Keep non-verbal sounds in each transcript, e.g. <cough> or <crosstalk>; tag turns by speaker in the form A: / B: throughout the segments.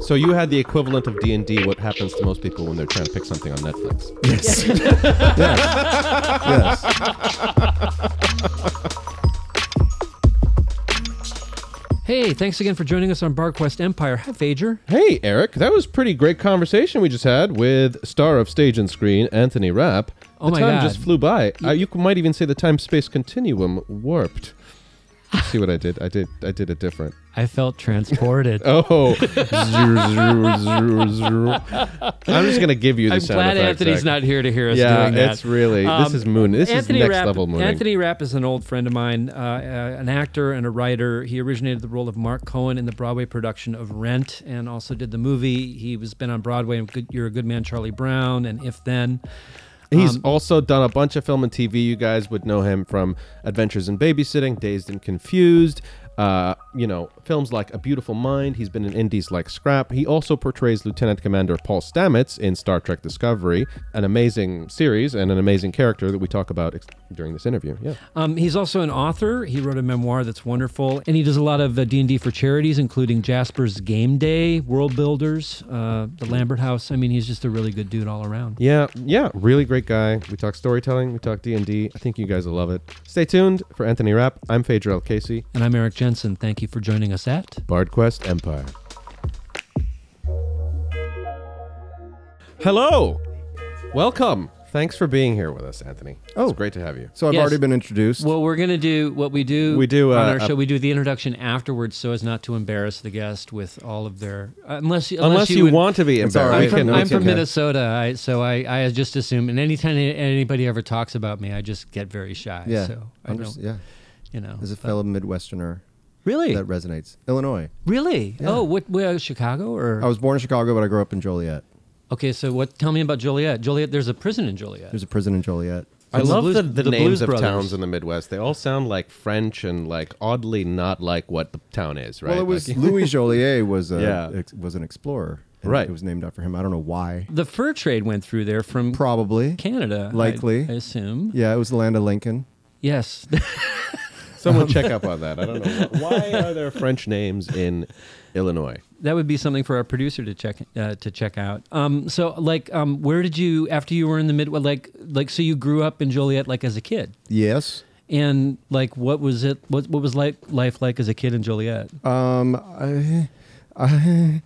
A: So you had the equivalent of D and D. What happens to most people when they're trying to pick something on Netflix?
B: Yes. yes. Yes.
C: Hey, thanks again for joining us on BarQuest Empire. Hi, Phager.
A: Hey, Eric, that was pretty great conversation we just had with star of stage and screen Anthony Rapp.
C: Oh
A: the
C: my
A: time
C: God.
A: just flew by. Uh, you c- might even say the time-space continuum warped. See what I did? I did. I did it different.
C: I felt transported.
A: <laughs> Oh, Zoom, zoom, zoom, zoom. I'm just gonna give you the
C: I'm
A: sound
C: glad
A: effect,
C: Anthony's
A: Zach.
C: not here to hear us
A: Yeah,
C: doing that.
A: it's really this
C: Um,
A: is moon. This
C: Anthony
A: is next
C: Rapp,
A: level mooning.
C: Anthony Rapp is an old friend of mine, uh, uh, an actor and a writer. He originated the role of Mark Cohen in the Broadway production of Rent, and also did the movie. He was been on Broadway in Good, You're a Good Man, Charlie Brown, and If Then.
A: He's also done a bunch of film and TV. You guys would know him from Adventures in Babysitting, Dazed and Confused. Uh, you know, films like A Beautiful Mind. He's been in indies like Scrap. He also portrays Lieutenant Commander Paul Stamets in Star Trek Discovery, an amazing series and an amazing character that we talk about ex- during this interview. Yeah.
C: Um, he's also an author. He wrote a memoir that's wonderful, and he does a lot of uh, D&D for charities, including Jasper's Game Day, World Builders, uh, the Lambert House. I mean, he's just a really good dude all around.
A: Yeah, yeah, really great guy. We talk storytelling, we talk D&D. I think you guys will love it. Stay tuned for Anthony Rapp. I'm Phaedra L. Casey,
C: And I'm Eric Jensen. Thank you for joining us at
A: Bard Quest Empire. Hello. Welcome. Thanks for being here with us, Anthony. Oh, it's great to have you.
B: So I've
C: Yes.
B: already been introduced.
C: Well, we're gonna do what we do.
A: We do,
C: on
A: uh,
C: our
A: a-
C: show. We do the introduction afterwards, so as not to embarrass the guest with all of their unless unless,
A: Unless you,
C: would-
A: want to be
B: all
A: embarrassed,
B: right.
A: we
C: I'm from,
A: can- we
C: I'm
A: can-
C: from Minnesota, I, so I, I just assume. And anytime anybody ever talks about me, I just get very shy.
B: yeah.
C: So I
B: Under-
C: don't,
B: yeah.
C: you know.
B: As a fellow Midwesterner,
C: really,
B: that resonates. Illinois.
C: really.
B: Yeah. Oh.
C: Oh, what? Where, Chicago or?
B: I was born in Chicago, but I grew up in Joliet.
C: okay, so what? Tell me about Joliet. Joliet, there's a prison in Joliet.
B: There's a prison in Joliet.
A: I
C: It's the
A: love
C: Blues-
A: the, the,
C: the
A: names
C: Blues
A: of
C: Brothers.
A: towns in the Midwest. They all sound like French and like oddly not like what the town is, right?
B: Well, it was
A: Like- <laughs>
B: Louis Joliet was a,
A: Yeah.
B: ex, was an explorer. and
A: Right.
B: It was named after him. I don't know why.
C: the fur trade went through there from
B: Probably.
C: Canada, I-
B: Likely.
C: I, assume.
B: Yeah, it was the land of Lincoln.
C: Yes. <laughs>
A: Someone check up on that. I don't know. wh- Why are there French names in Illinois?
C: that would be something for our producer to check uh, to check out. Um, so like, um, where did you after you were in the mid like like so you grew up in Joliet like as a kid,
B: Yes.
C: and like what was it what what was like life like as a kid in Joliet?
B: Um, I, I,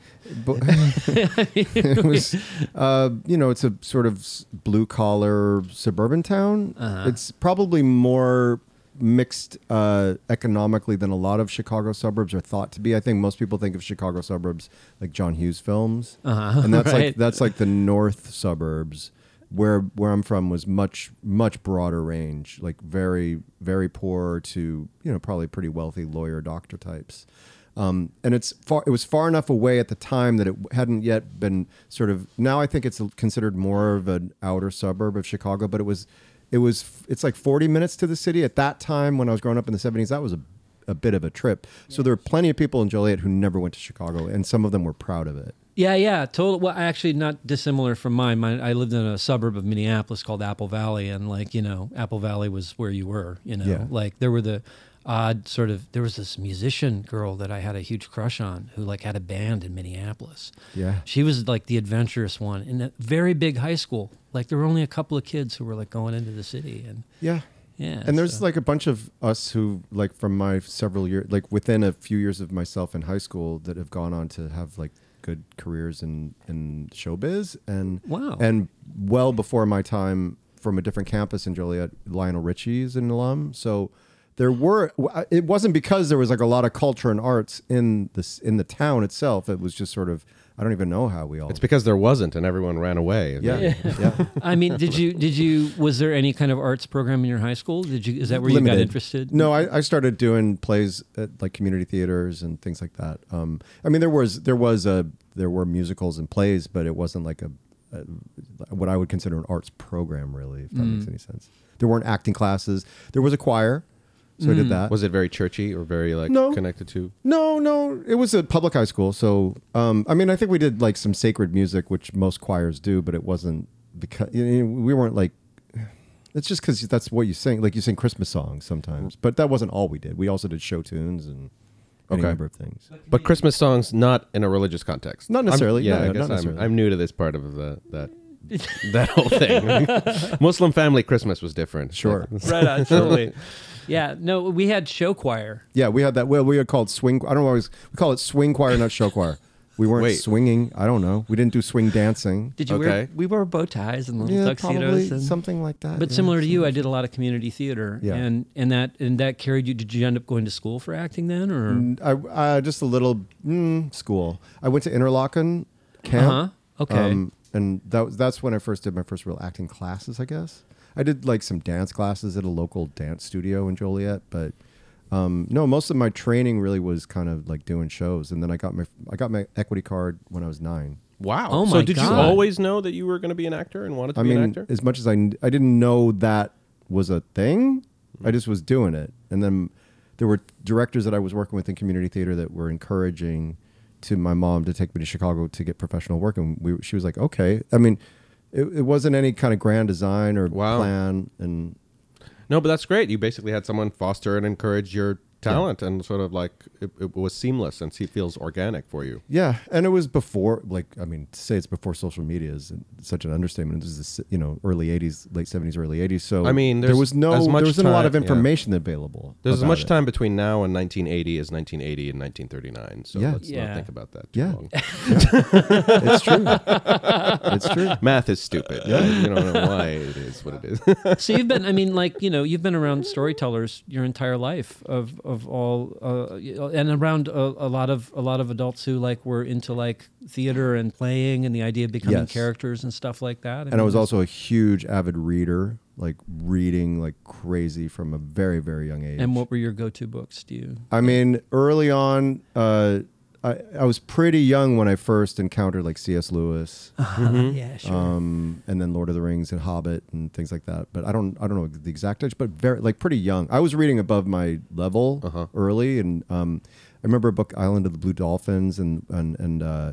B: but <laughs> it was, uh, you know, it's a sort of blue collar suburban town.
C: Uh-huh.
B: It's probably more mixed uh, economically than a lot of Chicago suburbs are thought to be. I think most people think of Chicago suburbs like John Hughes films,
C: Uh-huh,
B: and
C: <laughs>
B: that's like
C: right.
B: that's like the north suburbs. Where where I'm from was much much broader range, like very very poor to you know probably pretty wealthy lawyer doctor types. Um, and it's far, it was far enough away at the time that it hadn't yet been sort of. Now I think it's considered more of an outer suburb of Chicago, but it was, it was. It's like 40 minutes to the city at that time when I was growing up in the 70s. That was a, a bit of a trip. So there were plenty of people in Joliet who never went to Chicago, and some of them were proud of it.
C: Yeah, yeah, total. Well, actually, not dissimilar from mine. mine. I lived in a suburb of Minneapolis called Apple Valley, and like you know, Apple Valley was where you were. You know,
B: Yeah.
C: like there were the odd sort of there was this musician girl that I had a huge crush on who like had a band in Minneapolis.
B: Yeah.
C: she was like the adventurous one in a very big high school. Like there were only a couple of kids who were like going into the city, and
B: Yeah.
C: yeah,
B: And there's
C: so-
B: like a bunch of us who, like, from my several years, like within a few years of myself in high school, that have gone on to have like good careers in in showbiz and
C: Wow.
B: and well before my time from a different campus in Joliet, Lionel Richie's an alum. So there were it wasn't because there was like a lot of culture and arts in this in the town itself. It was just sort of I don't even know how we all.
A: It's because there wasn't, and everyone ran away.
B: yeah, yeah.
C: I mean, did you did you was there any kind of arts program in your high school? Did you is
B: <laughs>
C: that where you got interested?
B: No, I, I started doing plays at like community theaters and things like that. Um, I mean, there was there was a there were musicals and plays, but it wasn't like a, a what I would consider an arts program, really, if that
C: Mm.
B: makes any sense. There weren't acting classes. There was a choir, so I
C: Mm.
B: did that.
A: Was it very churchy or very like
B: No.
A: connected to?
B: no, no, it was a public high school. So, um, I mean, I think we did like some sacred music, which most choirs do, but it wasn't because you know, we weren't like. It's just because that's what you sing. Like you sing Christmas songs sometimes, but that wasn't all we did. We also did show tunes and any
A: Okay.
B: number of things.
A: But Christmas songs, not in a religious context.
B: Not
A: I'm-
B: necessarily,
A: yeah,
B: no,
A: I
B: not
A: guess I'm,
B: necessarily.
A: I'm new to this part of the that that whole thing. <laughs> Muslim family Christmas was different.
B: Sure.
C: right on, totally. <laughs> Yeah, no, we had show choir.
B: Yeah, we had that. Well, we had called swing. I don't always we call it swing choir, not show choir. We weren't
A: Wait.
B: swinging. I don't know. We didn't do swing dancing.
C: Did you wear?
A: Okay.
C: We wore bow ties and little
B: yeah, probably
C: tuxedos. And,
B: something like that.
C: but
B: yeah.
C: similar to you, I did a lot of community theater,
B: Yeah.
C: and and that and that carried you. Did you end up going to school for acting then, or
B: <laughs> I, I just a little mm, school. I went to Interlaken camp. um,
C: Uh-huh. Okay.
B: and that was that's when I first did my first real acting classes. I guess I did like some dance classes at a local dance studio in Joliet, but um, no, most of my training really was kind of like doing shows. And then I got my I got my equity card when I was nine.
A: Wow.
C: Oh
A: so
C: my
A: did you
C: God.
A: always know that you were going to be an actor and wanted to
B: I
A: be an
B: mean,
A: actor?
B: as much as I, kn- I didn't know that was a thing.
A: Mm.
B: I just was doing it, and then there were directors that I was working with in community theater that were encouraging to my mom to take me to Chicago to get professional work, and we, she was like, "Okay." I mean, it, it wasn't any kind of grand design or
A: Wow.
B: plan, and
A: No, but that's great. You basically had someone foster and encourage your talent and sort of like it, it was seamless and it feels organic for you.
B: Yeah, and it was before, like, I mean, to say it's before social media is such an understatement. This is, the s- you know, early '80s, late '70s, early '80s. So
A: I mean,
B: there
A: there's
B: was no,
A: as much
B: there wasn't a lot
A: time-
B: of
A: yeah.
B: information available.
A: There's as
B: about
A: much
B: it.
A: time between now and 1980 as 1980 and 1939. So
B: Yeah.
A: let's
C: Yeah.
A: not think about that too
B: Yeah.
A: long.
B: It's true.
A: <laughs>
B: it's true.
A: Math is stupid. You don't know why it is what it is.
C: so you've been i mean like you know you've been around storytellers your entire life of of all uh, and around a, a lot of a lot of adults who like were into like theater and playing and the idea of becoming
B: Yes.
C: characters and stuff like that
B: and I was also a huge avid reader, like reading like crazy from a very very young age.
C: and what were your go-to books do you
B: I mean, early on, uh, I I was pretty young when I first encountered like C.S. Lewis,
C: Uh-huh. <laughs>
B: Mm-hmm.
C: yeah sure
B: um, and then Lord of the Rings and Hobbit and things like that. But I don't I don't know the exact age, but very like pretty young. I was reading above my level
C: Uh-huh.
B: early, and um, I remember a book Island of the Blue Dolphins and and and uh,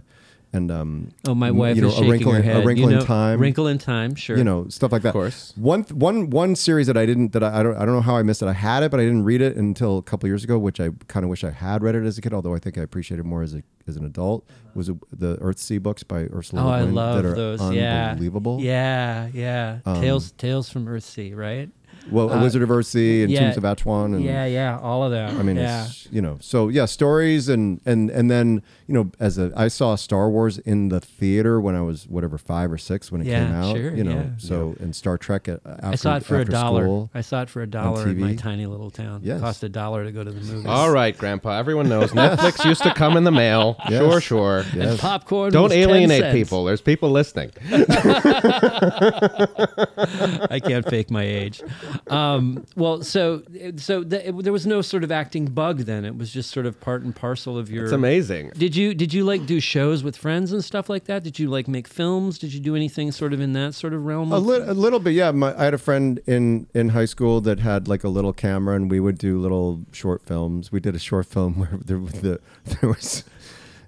B: and um,
C: oh my
B: m-
C: wife
B: you know,
C: is
B: A
C: shaking
B: Wrinkle
C: her
B: in- A
C: head You
B: Wrinkle in
C: know,
B: Time.
C: wrinkle in time sure
B: you know stuff like that. Of
A: course.
B: One th- one one series that I didn't that I, I don't I don't know how I missed it. I had it, but I didn't read it until a couple years ago, which I kind of wish I had read it as a kid. Although I think I appreciated more as a as an adult was a, the Earthsea books by Ursula
C: oh
B: Le
C: i
B: Guin
C: love
B: that are
C: those
B: unbelievable. Um,
C: yeah yeah yeah tales tales from earthsea right
B: Well, A Wizard of Earthsea and
C: Uh, yeah.
B: Tombs of Atuan and
C: yeah yeah all of that
B: I mean,
C: yeah
B: it's, you know, so yeah, stories and and and then you know, as a I saw Star Wars in the theater when I was whatever five or six when it
C: Yeah,
B: came out.
C: sure,
B: you know,
C: yeah.
B: so and Star Trek at, after,
C: I saw it for a
B: after
C: dollar.
B: school.
C: I saw it for a dollar in
B: TV.
C: my tiny little town.
B: Yes.
C: It cost a dollar to go to the movies.
A: All right, Grandpa. Everyone knows Netflix used to come in the mail.
B: <laughs> Yes.
A: Sure, sure.
C: And
B: Yes.
C: popcorn.
A: Don't
C: was 10
A: alienate
C: cents.
A: people. There's people listening.
C: <laughs> I can't fake my age. Um, well, so so th- there was no sort of acting bug then. It was just sort of part and parcel of your.
A: It's amazing.
C: Did you did you like do shows with friends and stuff like that? Did you like make films? Did you do anything sort of in that sort of realm?
B: A,
C: of-
B: lit a little bit, yeah. My, I had a friend in in high school that had like a little camera, and we would do little short films. We did a short film <laughs> where there was the there was.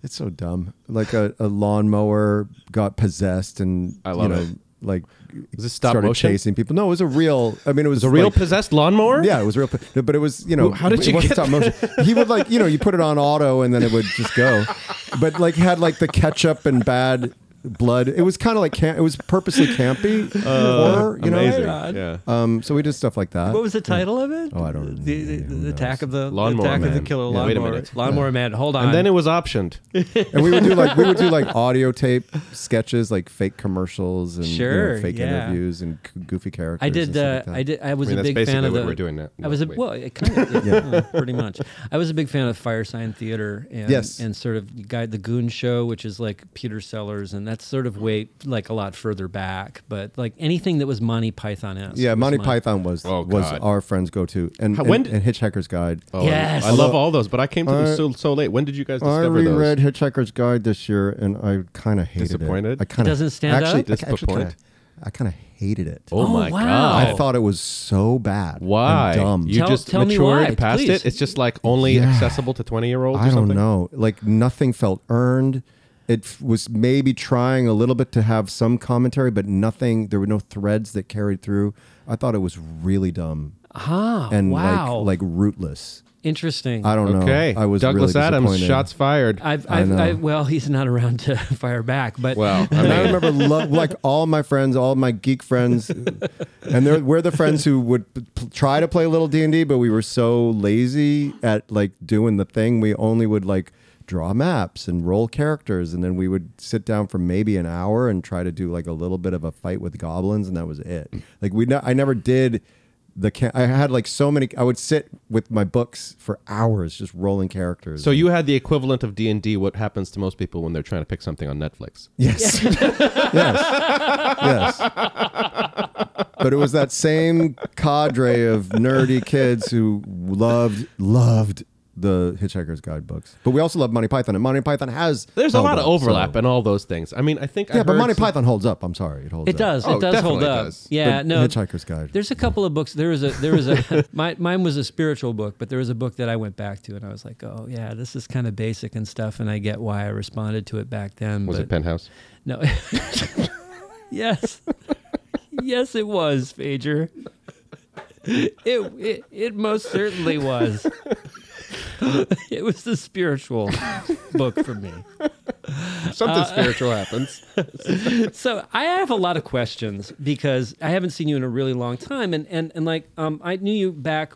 B: It's so dumb. Like a, a lawnmower got possessed, and
A: I love
B: you know,
A: it.
B: like
A: Was this stop
B: started
A: motion?
B: chasing people. No, it was a real. I mean, it was,
A: The real
B: like-
A: possessed lawnmower?
B: yeah, it was real. No, but it was you know
A: How did
B: it
A: you
B: wasn't
A: get
B: stop motion. He would like you know you put it on auto and then it would just go, but like had like the ketchup and bad blood. It was kind of like cam- it was purposely campy horror, you
A: Amazing.
B: know.
A: Yeah.
B: Um, so we did stuff like that.
C: Uh, What was the title of it?
B: Oh, I don't-
C: The, the, the
B: who
C: attack of the
A: Lawnmower
C: attack of the
A: Man.
C: killer
A: Yeah,
C: lawnmower.
A: wait a minute.
C: Lawnmower man. Hold on.
A: And then it was
B: <laughs>
A: optioned.
B: and we would do like we would do
C: <laughs>
B: like audio tape sketches, like fake commercials and you know,
C: Sure,
B: fake
C: yeah.
B: interviews and c- goofy characters.
C: I
B: and
C: did.
B: stuff
C: Uh,
B: like that.
C: I did. I was
A: I mean,
C: a
A: that's
C: big fan
A: basically
C: of
A: what
C: the.
A: we're doing now.
C: I was a
A: Wait.
C: well, it kind
A: <laughs>
C: of yeah, uh, pretty much. I was a big fan of Firesign Theater and
B: Yes.
C: and sort of the guy the Goon Show, which is like Peter Sellers, and that's sort of way like a lot further back. But like anything that was Monty Python esque.
B: Yeah, Monty Python was
A: Oh,
B: was
A: God.
B: our friends go to, and
A: How-
B: and,
A: when did-
B: and Hitchhiker's Guide.
A: Oh,
C: Yes.
A: I love all those, but I came to
B: I-
A: them so, so late. When did you guys
B: I
A: discover those?
B: reread Hitchhiker's Guide this year, and I kind of hated
A: Disappointed?
B: it. I kind
C: It doesn't stand
B: actually,
C: up?
B: I actually
A: Disappointed?
B: kinda- I kind of hated it.
A: Oh,
C: Oh,
A: my
C: wow.
A: god!
B: I thought it was so bad. and
A: why
B: dumb.
A: you
C: Tell-
A: just
C: tell me
A: matured
C: why,
A: past
C: please.
A: it. It's just like only
B: Yeah.
A: accessible to twenty year olds.
B: I
A: or
B: don't
A: something?
B: know. Like nothing felt earned. It f- was maybe trying a little bit to have some commentary, but nothing. There were no threads that carried through. I thought it was really dumb
C: Ah,
B: and
C: wow.
B: like like rootless.
C: Interesting.
B: I don't
A: Okay.
B: know. I was
A: Douglas
B: really
A: Adams,
B: disappointed.
A: shots fired.
C: I've,
B: I
C: I've,
B: know.
C: I well, <laughs> he's not around to fire back, but
B: <laughs>
A: well, I
B: And I
A: mean,
B: remember
A: <laughs>
B: lo- like all my friends, all my geek friends, and they're, we're the friends who would p- p- try to play a little D and D, but we were so lazy at like doing the thing. We only would like draw maps and roll characters, and then we would sit down for maybe an hour and try to do like a little bit of a fight with goblins, and that was it. Like we, ne- I never did. The ca- I had like so many. I would sit with my books for hours just rolling characters.
A: so you had the equivalent of D and D. What happens to most people when they're trying to pick something on Netflix?
B: Yes. yes. <laughs> Yes. But it was that same cadre of nerdy kids who loved loved the Hitchhiker's Guide books. But we also love Monty Python, and Monty Python has
A: There's a
B: held
A: lot of
B: up,
A: overlap
B: Oh, so-
A: in all those things. I mean, I think I
B: yeah, but
A: heard
B: Monty
A: some-
B: Python holds up. I'm sorry, it holds.
C: It
B: up.
C: does.
A: Oh,
C: it does hold
A: definitely
C: up.
A: does.
C: Yeah.
B: But
C: no.
B: Hitchhiker's Guide.
C: There's a couple of books. There was a. There was
B: <laughs>
C: a. <laughs> my, mine was a spiritual book, but there was a book that I went back to, and I was like, oh yeah, this is kind of basic and stuff, and I get why I responded to it back then.
A: Was
C: but
A: it Penthouse?
C: No. <laughs> yes. yes, it was, Pager. It, it it most certainly was. <laughs> it was the spiritual book for me.
A: Something spiritual happens.
C: <laughs> so I have a lot of questions because I haven't seen you in a really long time, and and and like um, I knew you back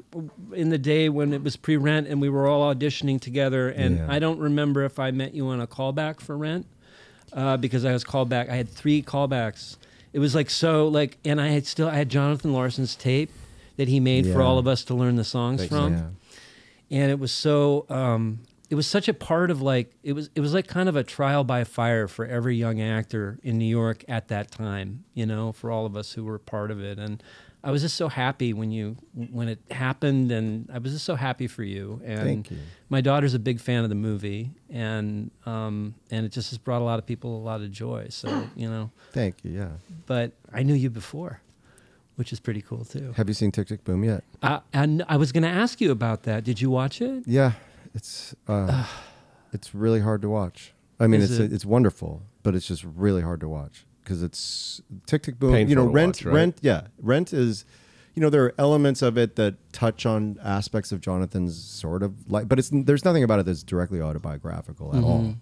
C: in the day when it was pre-rent and we were all auditioning together, and
B: Yeah.
C: I don't remember if I met you on a callback for rent uh, because I was called back. I had three callbacks. It was like so like, and I had still I had Jonathan Larson's tape that he made for
B: Yeah.
C: all of us to learn the songs from
B: Yeah.
C: and it was so um, it was such a part of like it was it was like kind of a trial by fire for every young actor in New York at that time, you know, for all of us who were part of it. And I was just so happy when you when it happened, and I was just so happy for you. And
B: Thank you.
C: my daughter's a big fan of the movie, and um, and it just has brought a lot of people a lot of joy. So you know,
B: Thank you. Yeah.
C: but I knew you before, which is pretty cool too.
B: Have you seen Tick Tick Boom yet?
C: I, and I was going to ask you about that. Did you watch it?
B: Yeah, it's uh, it's really hard to watch. I mean,
C: Is
B: it's
C: it-
B: it's wonderful, but it's just really hard to watch because it's tick tick boom.
A: Painful
B: you know,
A: to
B: rent
A: watch, right?
B: rent yeah, rent is. You know, there are elements of it that touch on aspects of Jonathan's sort of like, but it's there's nothing about it that's directly autobiographical at
C: Mm-hmm.
B: all.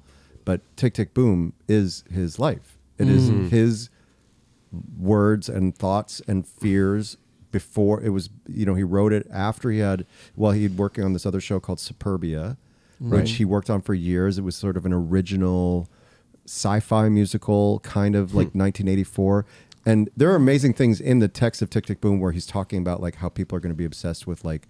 B: But Tick Tick Boom is his life. It is
C: Mm-hmm.
B: his words and thoughts and fears before it was you know he wrote it after he had well he'd working on this other show called superbia which he worked on for years it was sort of an original sci-fi musical kind of like
A: Hmm.
B: 1984 and there are amazing things in the text of tick tick boom where he's talking about like how people are going to be obsessed with like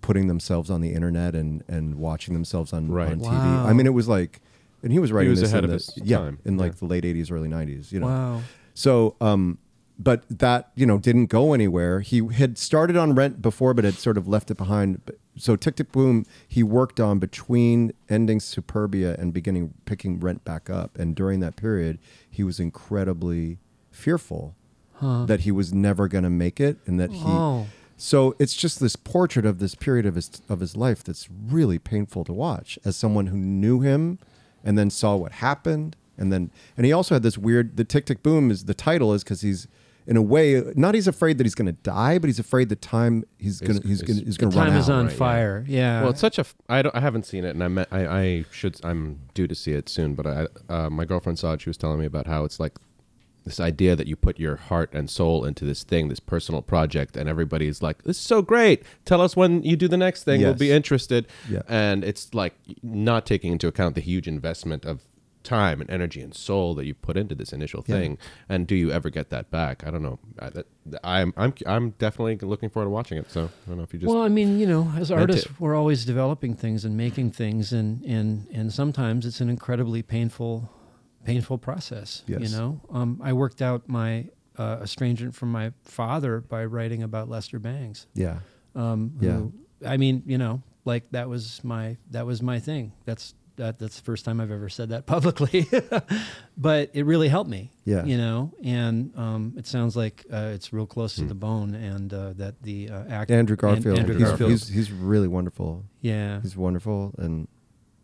B: putting themselves on the internet and and watching themselves on,
A: Right.
B: on tv
C: Wow.
B: i mean it was like and he was writing
A: was
B: this
A: ahead of
B: in the,
A: his
B: yeah,
A: time.
B: in like the late 80s early 90s you know
C: Wow.
B: so, um, but that you know didn't go anywhere. He had started on Rent before, but had sort of left it behind. But- So Tick Tick Boom, he worked on between ending Superbia and beginning picking Rent back up. And during that period, he was incredibly fearful that he was never going to make it, and that he.
C: Oh.
B: So it's just this portrait of this period of his of his life that's really painful to watch as someone who knew him and then saw what happened and then and he also had this weird the tick tick boom is the title is cuz he's in a way not he's afraid that he's going to die but he's afraid the time he's going to he's going to he's going to run
C: Time
B: out.
C: is on
A: right, yeah.
C: fire. Yeah.
A: Well, it's such a. F- I don't. I haven't seen it, and I, meant, I I should. I'm due to see it soon. But I, uh, my girlfriend saw it. She was telling me about how it's like this idea that you put your heart and soul into this thing, this personal project, and everybody's like, "This is so great. Tell us when you do the next thing. We'll
B: Yes.
A: be interested."
B: Yeah.
A: And it's like not taking into account the huge investment of time and energy and soul that you put into this initial thing and do you ever get that back i don't know I, that, i'm i'm i'm definitely looking forward to watching it so i don't know if you just
C: well, I mean, you know, as artists,
A: it.
C: we're always developing things and making things, and and and sometimes it's an incredibly painful, painful process. You
B: Yes.
C: know, um, I worked out my uh, estrangement from my father by writing about Lester Bangs.
B: Yeah.
C: Um,
B: Yeah.
C: who- I mean, you know, like that was my that was my thing. That's that that's the first time I've ever said that <laughs> publicly, but it really helped me.
B: Yeah.
C: You know, and um, it sounds like uh, it's real close to the bone, and uh, that the uh, act
B: Hmm. Andrew
C: An-
B: Garfield.
C: Andrew
B: he's,
C: Garfield.
B: he's he's really wonderful.
C: yeah.
B: He's wonderful and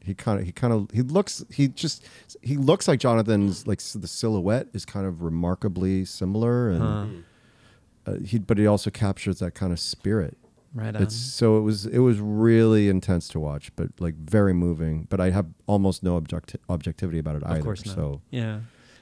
B: He kind of he kind of he looks he just he looks like Jonathan's like s- the silhouette is kind of remarkably similar and uh, he but he also captures that kind of spirit.
C: Right on.
B: It's so it was it was really intense to watch, but like very moving. But I have almost no object objectivity about it either.
C: of course not.
B: So
C: yeah.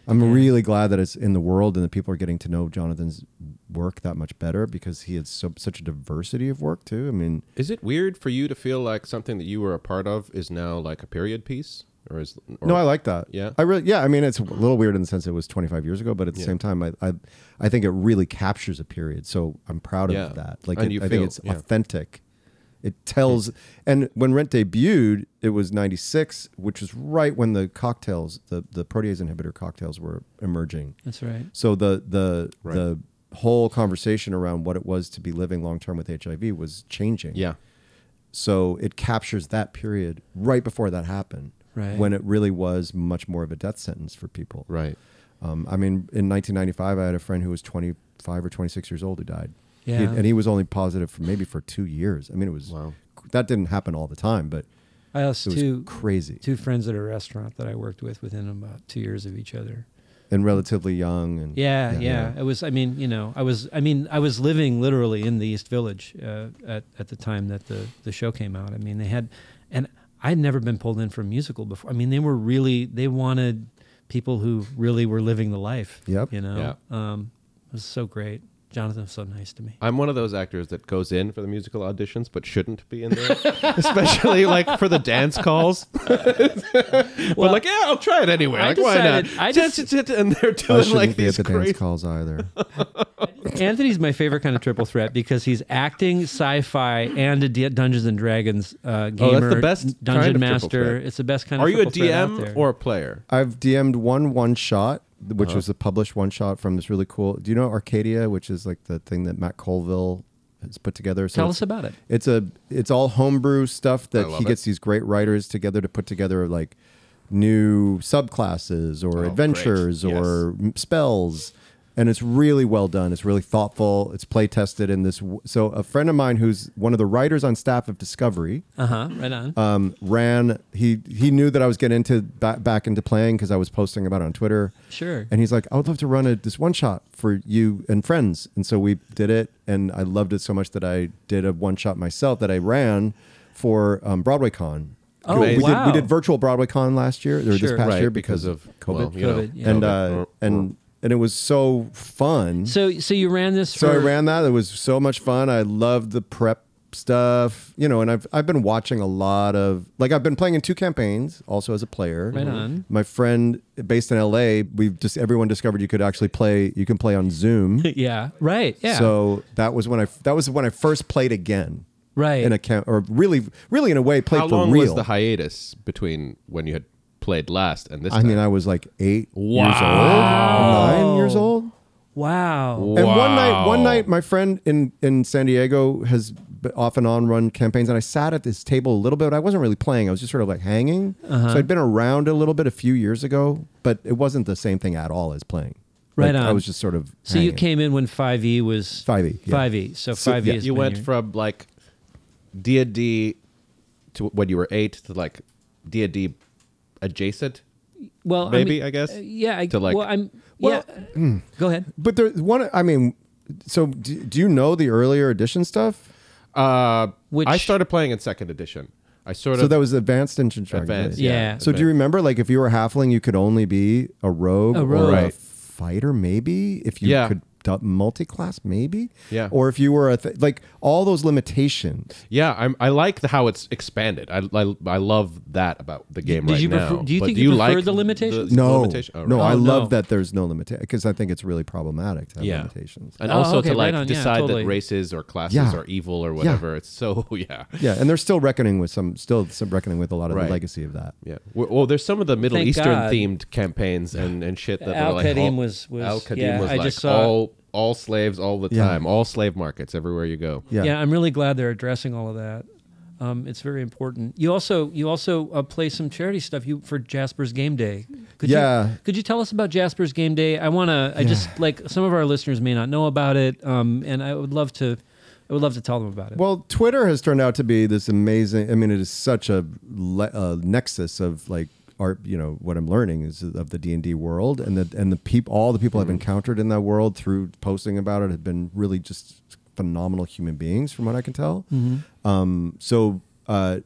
B: I'm
C: Yeah.
B: really glad that it's in the world and that people are getting to know Jonathan's work that much better because he has so, such a diversity of work too. I mean,
A: Is it weird for you to feel like something that you were a part of is now like a period piece, or is or,
B: no, I like that.
A: Yeah?
B: I really, yeah. I mean, it's a little weird in the sense it was 25 years ago, but at the same time, I, I, I think it really captures a period. So I'm proud
A: Yeah.
B: of that. Like,
A: And
B: it-
A: you
B: I
A: feel-
B: think it's
A: yeah.
B: authentic. It tells, and when Rent debuted, it was 96, which was right when the cocktails, the, the protease inhibitor cocktails were emerging.
C: That's right.
B: So the the
A: Right.
B: the whole conversation around what it was to be living long term with HIV was changing.
A: yeah,
B: So it captures that period right before that happened.
C: Right.
B: When it really was much more of a death sentence for people.
A: right.
B: Um, I mean, in 1995, I had a friend who was 25 or 26 years old who died. He had-
C: Yeah.
B: and he was only positive for maybe for two years. I mean, it was
A: Wow.
B: that didn't happen all the time, but
C: I
B: it
C: also
B: was
C: two
B: crazy
C: two friends at a restaurant that I worked with within about two years of each other.
B: and relatively young. And
C: Yeah, yeah. It was. I mean, you know, I was. I mean, I was living literally in the East Village uh, at at the time that the the show came out. I mean, they had, and I had never been pulled in for a musical before. I mean, they were really they wanted people who really were living the life.
B: Yep.
C: You know. Um, it was so great. Jonathan was so nice to me.
A: I'm one of those actors that goes in for the musical auditions but shouldn't be in
B: <laughs>
A: there, especially like for the dance calls. <laughs> well, like yeah, I'll try it anyway.
C: I
A: like why
C: decided-
A: not?
C: I just-
A: and they're doing
B: I shouldn't
A: like
B: be at
A: these
B: the
A: crazy.
B: dance calls either.
C: <laughs> Anthony's my favorite kind of triple threat because he's acting, sci-fi, and a D- Dungeons and Dragons uh, gamer.
A: Oh, the best
C: dungeon
A: kind of triple
C: master.
A: threat.
C: It's the best kind of.
A: Are you a
C: triple threat out
A: DM
C: there.
A: or a player?
B: I've DM'd one one shot, which
A: Uh-huh.
B: was a published one shot from this really cool. Do you know Arcadia, which is like the thing that Matt Colville has put together? So
C: Tell
B: it's-
C: us about it.
B: It's a it's all homebrew stuff that
A: love
B: he
A: it.
B: gets these great writers together to put together like new subclasses or
A: Oh, great.
B: adventures or m spells. And it's really well done. It's really thoughtful. It's play tested in this. W- so a friend of mine who's one of the writers on staff of Discovery,
C: Uh huh.
A: Uh-huh.
C: Right on.
B: um, ran. He he knew that I was getting into back, back into playing because I was posting about it on Twitter.
C: Sure.
B: And he's like, I would love to run a, this one shot for you and friends. And so we did it, and I loved it so much that I did a one shot myself that I ran for um, Broadway Con.
C: Oh,
B: we did
C: wow.
B: we did virtual Broadway Con last year or this
C: Sure.
B: past
A: Right,
B: year
A: because
B: because,
A: of
B: COVID.
A: well, you know,
C: COVID, yeah.
B: And
A: COVID.
B: uh, and and it was so fun.
C: So so you ran this.
B: So I
C: for-
B: ran that. It was so much fun. I loved the prep stuff, you know. And I've I've been watching a lot of like I've been playing in two campaigns, also as a player.
C: Right on.
B: My friend based in L.A. We've just everyone discovered you could actually play. You can play
A: <laughs>
B: on Zoom.
C: Yeah. Right. Yeah.
B: So that was when I that was when I first played again.
C: Right.
B: In a camp or really really in a way played
A: How
B: for
A: long
B: real.
A: was the hiatus between when you had played last and this?
B: I mean,
A: time?
B: I was like eight
A: Wow.
B: years old, nine years old.
C: wow.
B: And one night, one
A: Wow.
B: night, my friend in in San Diego has b- off and on run campaigns, and I sat at this table a little bit. I wasn't really playing; I was just sort of like hanging.
C: Uh-huh.
B: So I'd been around a little bit a few years ago, but it wasn't the same thing at all as playing.
C: Right
B: Like, I
C: on.
B: was just sort of.
C: So you
B: hanging.
C: came in when five E was
B: 5E, yeah.
C: Five E. So
B: So,
C: five E.
B: yeah.
C: is
A: you
C: when
A: went
C: you're-
A: from like D&D to when you were eight to like D&D adjacent.
C: well I
A: maybe,
C: mean,
A: I guess,
C: uh, yeah. I,
A: to, like-
C: well I'm
B: Well, hmm.
C: yeah. Go ahead.
B: But there's one. I mean, so do, do you know the earlier edition stuff?
A: Uh,
C: Which-
A: I started playing in second edition. I sort
B: So
A: of
B: that was advanced engine dragon.
A: advanced.
B: Blade.
C: yeah.
B: So do you remember, like, if you were a halfling, you could only be a rogue,
C: A
B: or
C: rogue.
B: a
A: Right.
B: fighter, maybe if you
A: Yeah.
B: could du- multi-class, maybe.
A: Yeah.
B: Or if you were a th- like all those limitations.
A: Yeah, I'm, I like the, how it's expanded. I, I, I love that about the game
C: Did
A: right
C: you
A: now.
C: prefer- do you
A: But
C: think you prefer the limitations?
B: No,
A: limitation? Oh,
B: no,
A: right.
B: I
C: Oh,
B: love
C: no.
B: that there's no limitation because I think it's really problematic to have
A: Yeah.
B: limitations.
A: And
C: Oh,
A: also
C: okay,
A: to
C: right
A: like
C: on. Yeah,
A: decide
C: totally.
A: that races or classes
B: Yeah.
A: are evil or whatever. It's so <laughs> yeah.
B: yeah, and they're still reckoning with some, still some reckoning with a lot of
A: Right.
B: the legacy of that.
A: Yeah. Well, well, there's some of the Middle
C: Thank
A: Eastern
C: God.
A: themed campaigns and, and shit that
C: Al
A: are like
C: Qadim
A: all-
C: was- was-
A: Al Qadim
C: yeah,
A: was
C: I
A: like
C: just saw-
A: all all slaves all the
B: Yeah.
A: time, all slave markets everywhere you go.
B: Yeah.
C: Yeah, I'm really glad they're addressing all of that. Um, it's very important. You also you also uh, play some charity stuff you for Jasper's Game Day. Could
B: Yeah.
C: You, could you tell us about Jasper's Game Day? I wanna. I just like some of our listeners may not know about it, um, and I would love to I would love to tell them about it.
B: Well, Twitter has turned out to be this amazing. I mean, it is such a, le- a nexus of like art. You know, what I'm learning is of the D and D world, and the and the people, all the people
C: Mm-hmm.
B: I've encountered in that world through posting about it have been really just phenomenal human beings, from what I can tell.
C: Mm-hmm.
B: Um, so. Uh,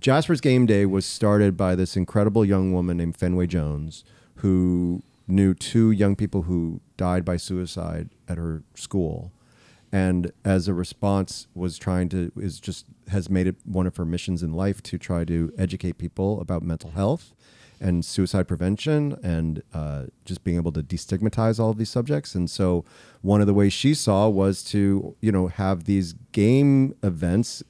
B: Jasper's Game Day was started by this incredible young woman named Fenway Jones, who knew two young people who died by suicide at her school, and as a response was trying to is just has made it one of her missions in life to try to educate people about mental health and suicide prevention and uh, just being able to destigmatize all of these subjects. And so, one of the ways she saw was to you know have these game events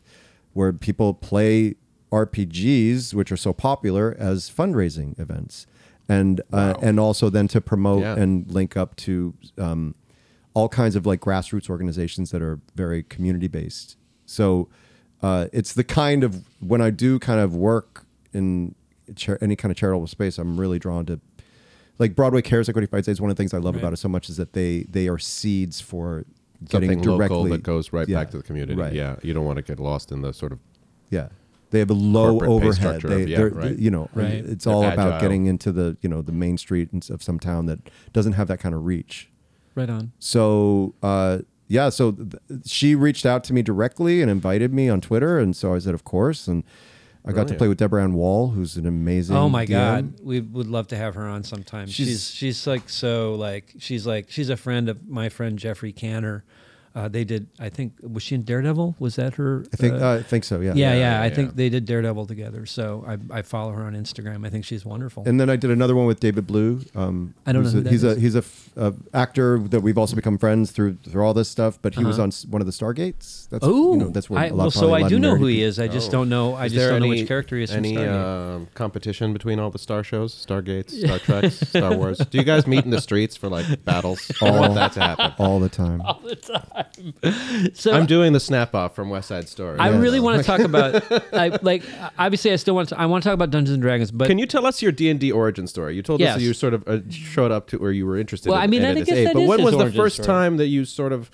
B: where people play RPGs, which are so popular, as fundraising events, and uh, and also then to promote
A: Yeah.
B: and link up to um, all kinds of like grassroots organizations that are very community based. So uh, it's the kind of when I do kind of work in char- any kind of charitable space, I'm really drawn to like Broadway Cares Equity Fights is one of the things I love
C: Right.
B: about it so much is that they they are seeds for getting
A: Something
B: directly
A: local that goes right
B: Yeah,
A: back to the community.
B: right.
A: Yeah, you don't want to get lost in the sort of
B: Yeah. They have a low
A: Corporate pay
B: overhead.
A: structure of-
B: They,
A: yeah,
B: they're,
A: right.
B: you know,
C: Right.
B: it's
A: They're
B: all
A: agile.
B: about getting into the, you know, the main street and s- of some town that doesn't have that kind of reach.
C: right on.
B: So, uh, yeah, so th- she reached out to me directly and invited me on Twitter. And so I said, of course. And I got to
A: Brilliant.
B: play with Deborah Ann Wall, who's an amazing.
C: Oh my
B: DM.
C: God, we would love to have her on sometime. She's she's, like so like she's like she's a friend of my friend Jeffrey Canner. Uh, they did I think was she in Daredevil? Was that her?
B: I think,
C: uh,
B: uh, I think so, yeah.
C: yeah, yeah,
A: yeah,
C: I
A: yeah.
C: think they did Daredevil together. So I, I follow her on Instagram. I think she's wonderful.
B: And then I did another one with David Blue. Um,
C: I don't
B: who's
C: know
B: a-
C: who that
B: he's
C: is.
B: a he's a, f- a actor that we've also become friends through through all this stuff. But he was
C: Uh-huh.
B: on s- one of the Stargates. That's,
C: oh,
B: you know, that's where
C: I,
B: a lot
C: well,
B: of
C: so
B: probably a
C: I
B: lot
C: do
B: of
C: know
B: nerdy
C: who he
B: people-
C: is. I just
A: Oh.
C: don't know. I
A: Is
C: just
A: there
C: don't know
A: any-
C: which character he is
A: Any
C: from Stargate.
A: um, competition between all the star shows, Stargates, Star Treks, Star Wars? Do you guys meet in the streets for like battles? I want that to happen.
B: <laughs> all
C: <laughs>
B: the time.
C: <laughs> so
A: I'm doing the snap off from West Side Story.
C: I
B: Yeah.
C: really want to talk about I, <laughs> like obviously I still want to I want to talk about Dungeons and Dragons, but
A: Can you tell us your D and D origin story? You told
C: Yes.
A: us that you sort of uh, showed up to where you were interested.
C: Well,
A: in,
C: I mean,
A: and
C: I
A: it
C: think
A: is
C: if
A: eight,
C: that
A: but
C: is
A: when
C: his
A: was the
C: origin
A: first
C: story.
A: time that you sort of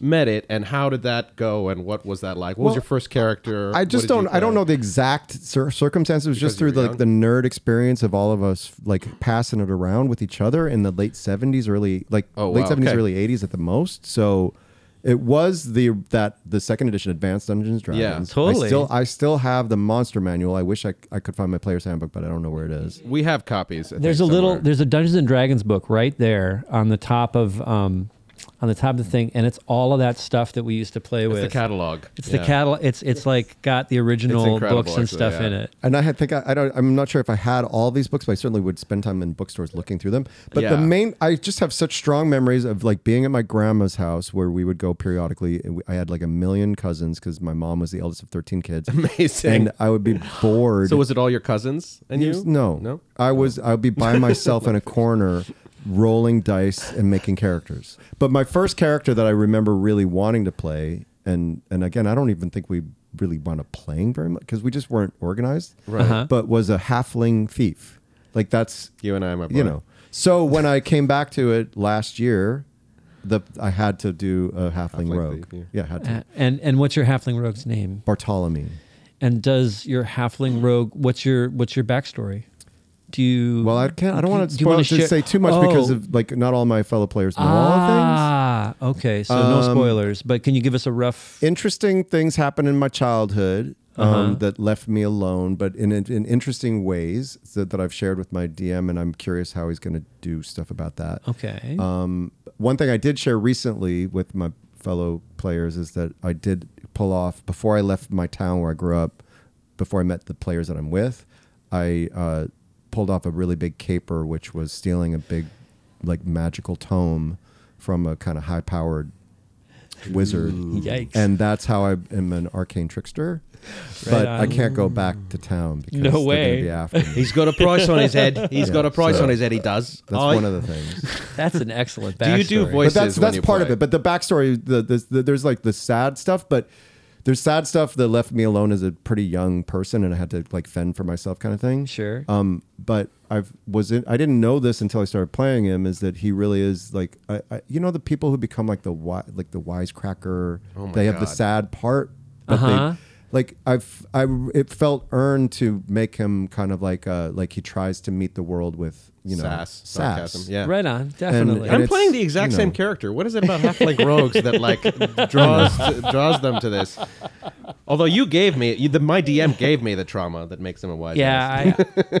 A: met it, and how did that go, and what was that like? What was
B: Well,
A: your first character?
B: I
A: What
B: just
A: did you
B: don't. I don't
A: play?
B: know the exact cir- circumstances. It was just
A: you were
B: through the, like
A: young?
B: the nerd experience of all of us like passing it around with each other in the late seventies, early like
A: Oh,
B: late
A: wow,
B: seventies,
A: okay.
B: early eighties at the most. So it was the that the second edition Advanced Dungeons and
A: Yeah.
B: Dragons.
C: Totally.
B: I still I still have the monster manual. I wish I, I could find my player's handbook, but I don't know where it is.
A: We have copies. I
C: There's a
A: think,
C: little.
A: somewhere.
C: There's a Dungeons and Dragons book right there on the top of um, on the top of the thing, and it's all of that stuff that we used to play with.
A: It's the catalog.
C: It's
A: Yeah.
C: the catalog. It's it's like got the original
A: incredible,
C: books and
A: actually,
C: stuff
A: yeah.
C: in it.
B: And I had think I, I don't I'm not sure if I had all these books, but I certainly would spend time in bookstores looking through them. But
A: Yeah.
B: the main I just have such strong memories of like being at my grandma's house where we would go periodically. And we- I had like a million cousins because my mom was the eldest of thirteen kids.
A: Amazing.
B: And I would be bored.
A: so was it all your cousins and you?
B: No,
A: no.
B: I was I would be by myself in a corner, rolling dice and making characters. But my first character that I remember really wanting to play, and and again, I don't even think we really wound up playing very much because we just weren't organized. Right.
C: Uh-huh.
B: But was a halfling thief. Like that's
A: You and I, my brother.
B: you know. So when I came back to it last year, the I had to do a halfling,
A: Halfling
B: rogue.
A: thief,
B: yeah. had to.
C: Uh, And and what's your halfling rogue's name?
B: Bartholomew.
C: And does your halfling rogue? What's your what's your backstory? Do you?
B: Well, I can't. I don't want
C: Do
B: to
C: you
B: spoil
C: wanna
B: to
C: share-
B: say too much because
C: Oh.
B: of like not all my fellow players know all things.
C: ah,
B: Um,
C: okay. So no spoilers, but can you give us a rough?
B: interesting things happened in my childhood um, that left me alone, but in, in, in interesting ways that, that I've shared with my DM, and I'm curious how he's going to do stuff about that.
C: Okay.
B: Um, one thing I did share recently with my fellow players is that I did pull off before I left my town where I grew up, before I met the players that I'm with, I uh, pulled off a really big caper, which was stealing a big, like magical tome from a kind of high powered wizard.
C: Yikes.
B: And that's how I am an arcane trickster. but
C: on.
B: I can't go back to town because
C: No
B: they're gonna
C: way.
B: be after me.
A: He's got a price on his head. He's
B: <laughs> Yeah,
A: got a price
B: so
A: on his head. He does.
B: That's
A: I-
B: one of the things.
C: that's an
A: <laughs>
C: excellent
A: Do you
C: backstory.
A: do voice-
B: but that's
A: voices when
B: that's
A: you
B: part
A: play.
B: of it. But the backstory, the, the, the there's like the sad stuff, but there's sad stuff that left me alone as a pretty young person, and I had to like fend for myself, kind of thing.
C: Sure.
B: Um, but I've was in, I didn't know this until I started playing him is that he really is like I, I, you know the people who become like the wi- like the wisecracker.
A: Oh my
B: they have the
A: God.
B: sad part, but
C: Uh-huh.
B: they like I've I it felt earned to make him kind of like uh like he tries to meet the world with you know
A: sass,
B: sass.
A: sarcasm. Yeah.
C: Right on, definitely.
B: and
A: I'm
B: it's,
A: playing the exact
B: you
A: same
B: know.
A: character. What is it about
B: <laughs>
A: half-like rogues that like draws draws them to this? Although you gave me you, the, my DM gave me the trauma that makes him a wise. ass.
C: yeah.
B: <laughs>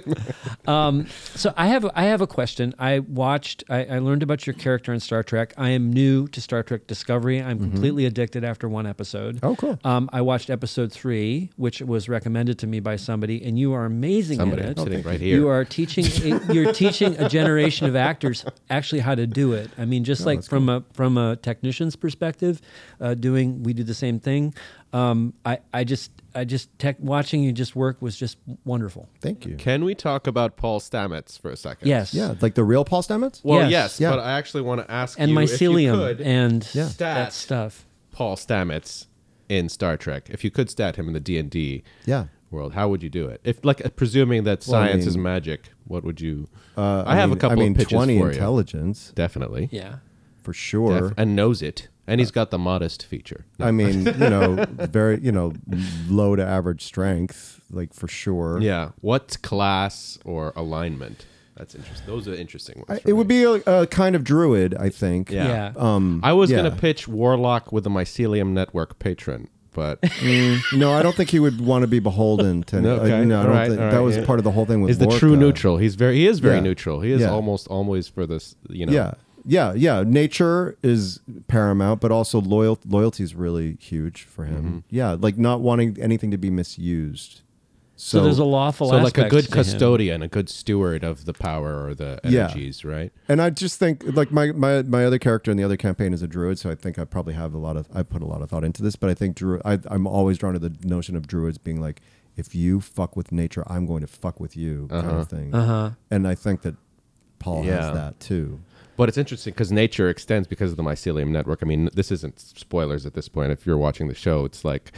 C: I, um, so I have I have a question. I watched. I, I learned about your character in Star Trek. I am new to Star Trek Discovery. I'm completely addicted after one episode.
B: Mm-hmm. Oh, cool.
C: Um, I watched episode three, which was recommended to me by somebody, and you are amazing
A: Somebody
C: in it.
A: sitting right here.
C: You are teaching. A, you're teaching a generation of actors actually how to do it. I mean, just like from a from a technician's perspective, uh, doing we do the same thing. Um, I I just I just tech watching you just work was just wonderful.
B: Thank you.
A: Can we talk about Paul Stamets for a second?
C: Yes.
B: Yeah, like the real Paul Stamets.
A: Well, yes,
C: Yes.
B: Yeah.
A: but I actually want to ask
C: And
A: you
C: mycelium
A: if you could,
C: and
B: Yeah.
A: Stat.
C: that stuff.
A: Paul Stamets in Star Trek. If you could stat him in the D and D
B: Yeah.
A: world, how would you do it? If like presuming that
B: Well, I
A: science is
B: mean-
A: magic, what would you?
B: Uh,
A: I have
B: mean-
A: a couple
B: I mean,
A: of pitches
B: twenty
A: for you.
B: intelligence
A: Definitely,
C: Yeah.
B: for sure.
A: Def- and knows it, and
B: Uh,
A: he's got the modest feature.
B: I mean, you know,
A: <laughs>
B: very, you know, low to average strength, like for sure.
A: Yeah. What class or alignment? That's interesting. Those are interesting
B: I-
A: ones. for
B: it would
A: me.
B: be a, a kind of druid, I think.
A: Yeah.
C: Yeah.
B: Um,
A: I was
B: yeah.
A: gonna pitch Warlock with a Mycelium Network patron,
B: <laughs>
A: but
B: no, I don't think he would want to be beholden to.
A: No,
B: uh, No,
A: okay.
B: no I
A: All
B: don't
A: right,
B: think
A: all
B: that
A: right,
B: was
A: yeah.
B: part of the whole thing with.
A: is the true
B: Lorca.
A: neutral. He's very. He is very
B: Yeah.
A: neutral. He is
B: Yeah.
A: almost always for this. You know.
B: Yeah, yeah, yeah. Nature is paramount, but also loyal loyalty is really huge for him.
A: Mm-hmm.
B: Yeah, like not wanting anything to be misused. So,
C: So, there's a lawful
A: So like a
C: aspect
A: good
C: to him.
A: custodian, a good steward of the power or the
B: Yeah.
A: energies, right?
B: And I just think like my, my my other character in the other campaign is a druid, so I think I probably have a lot of I put a lot of thought into this, but I think druid I, I'm always drawn to the notion of druids being like, if you fuck with nature, I'm going to fuck with you kind of thing. Uh-huh. And I think that Paul
A: Yeah.
B: has that too.
A: But it's interesting because nature extends because of the mycelium network. I mean, this isn't spoilers at this point. If you're watching the show, it's like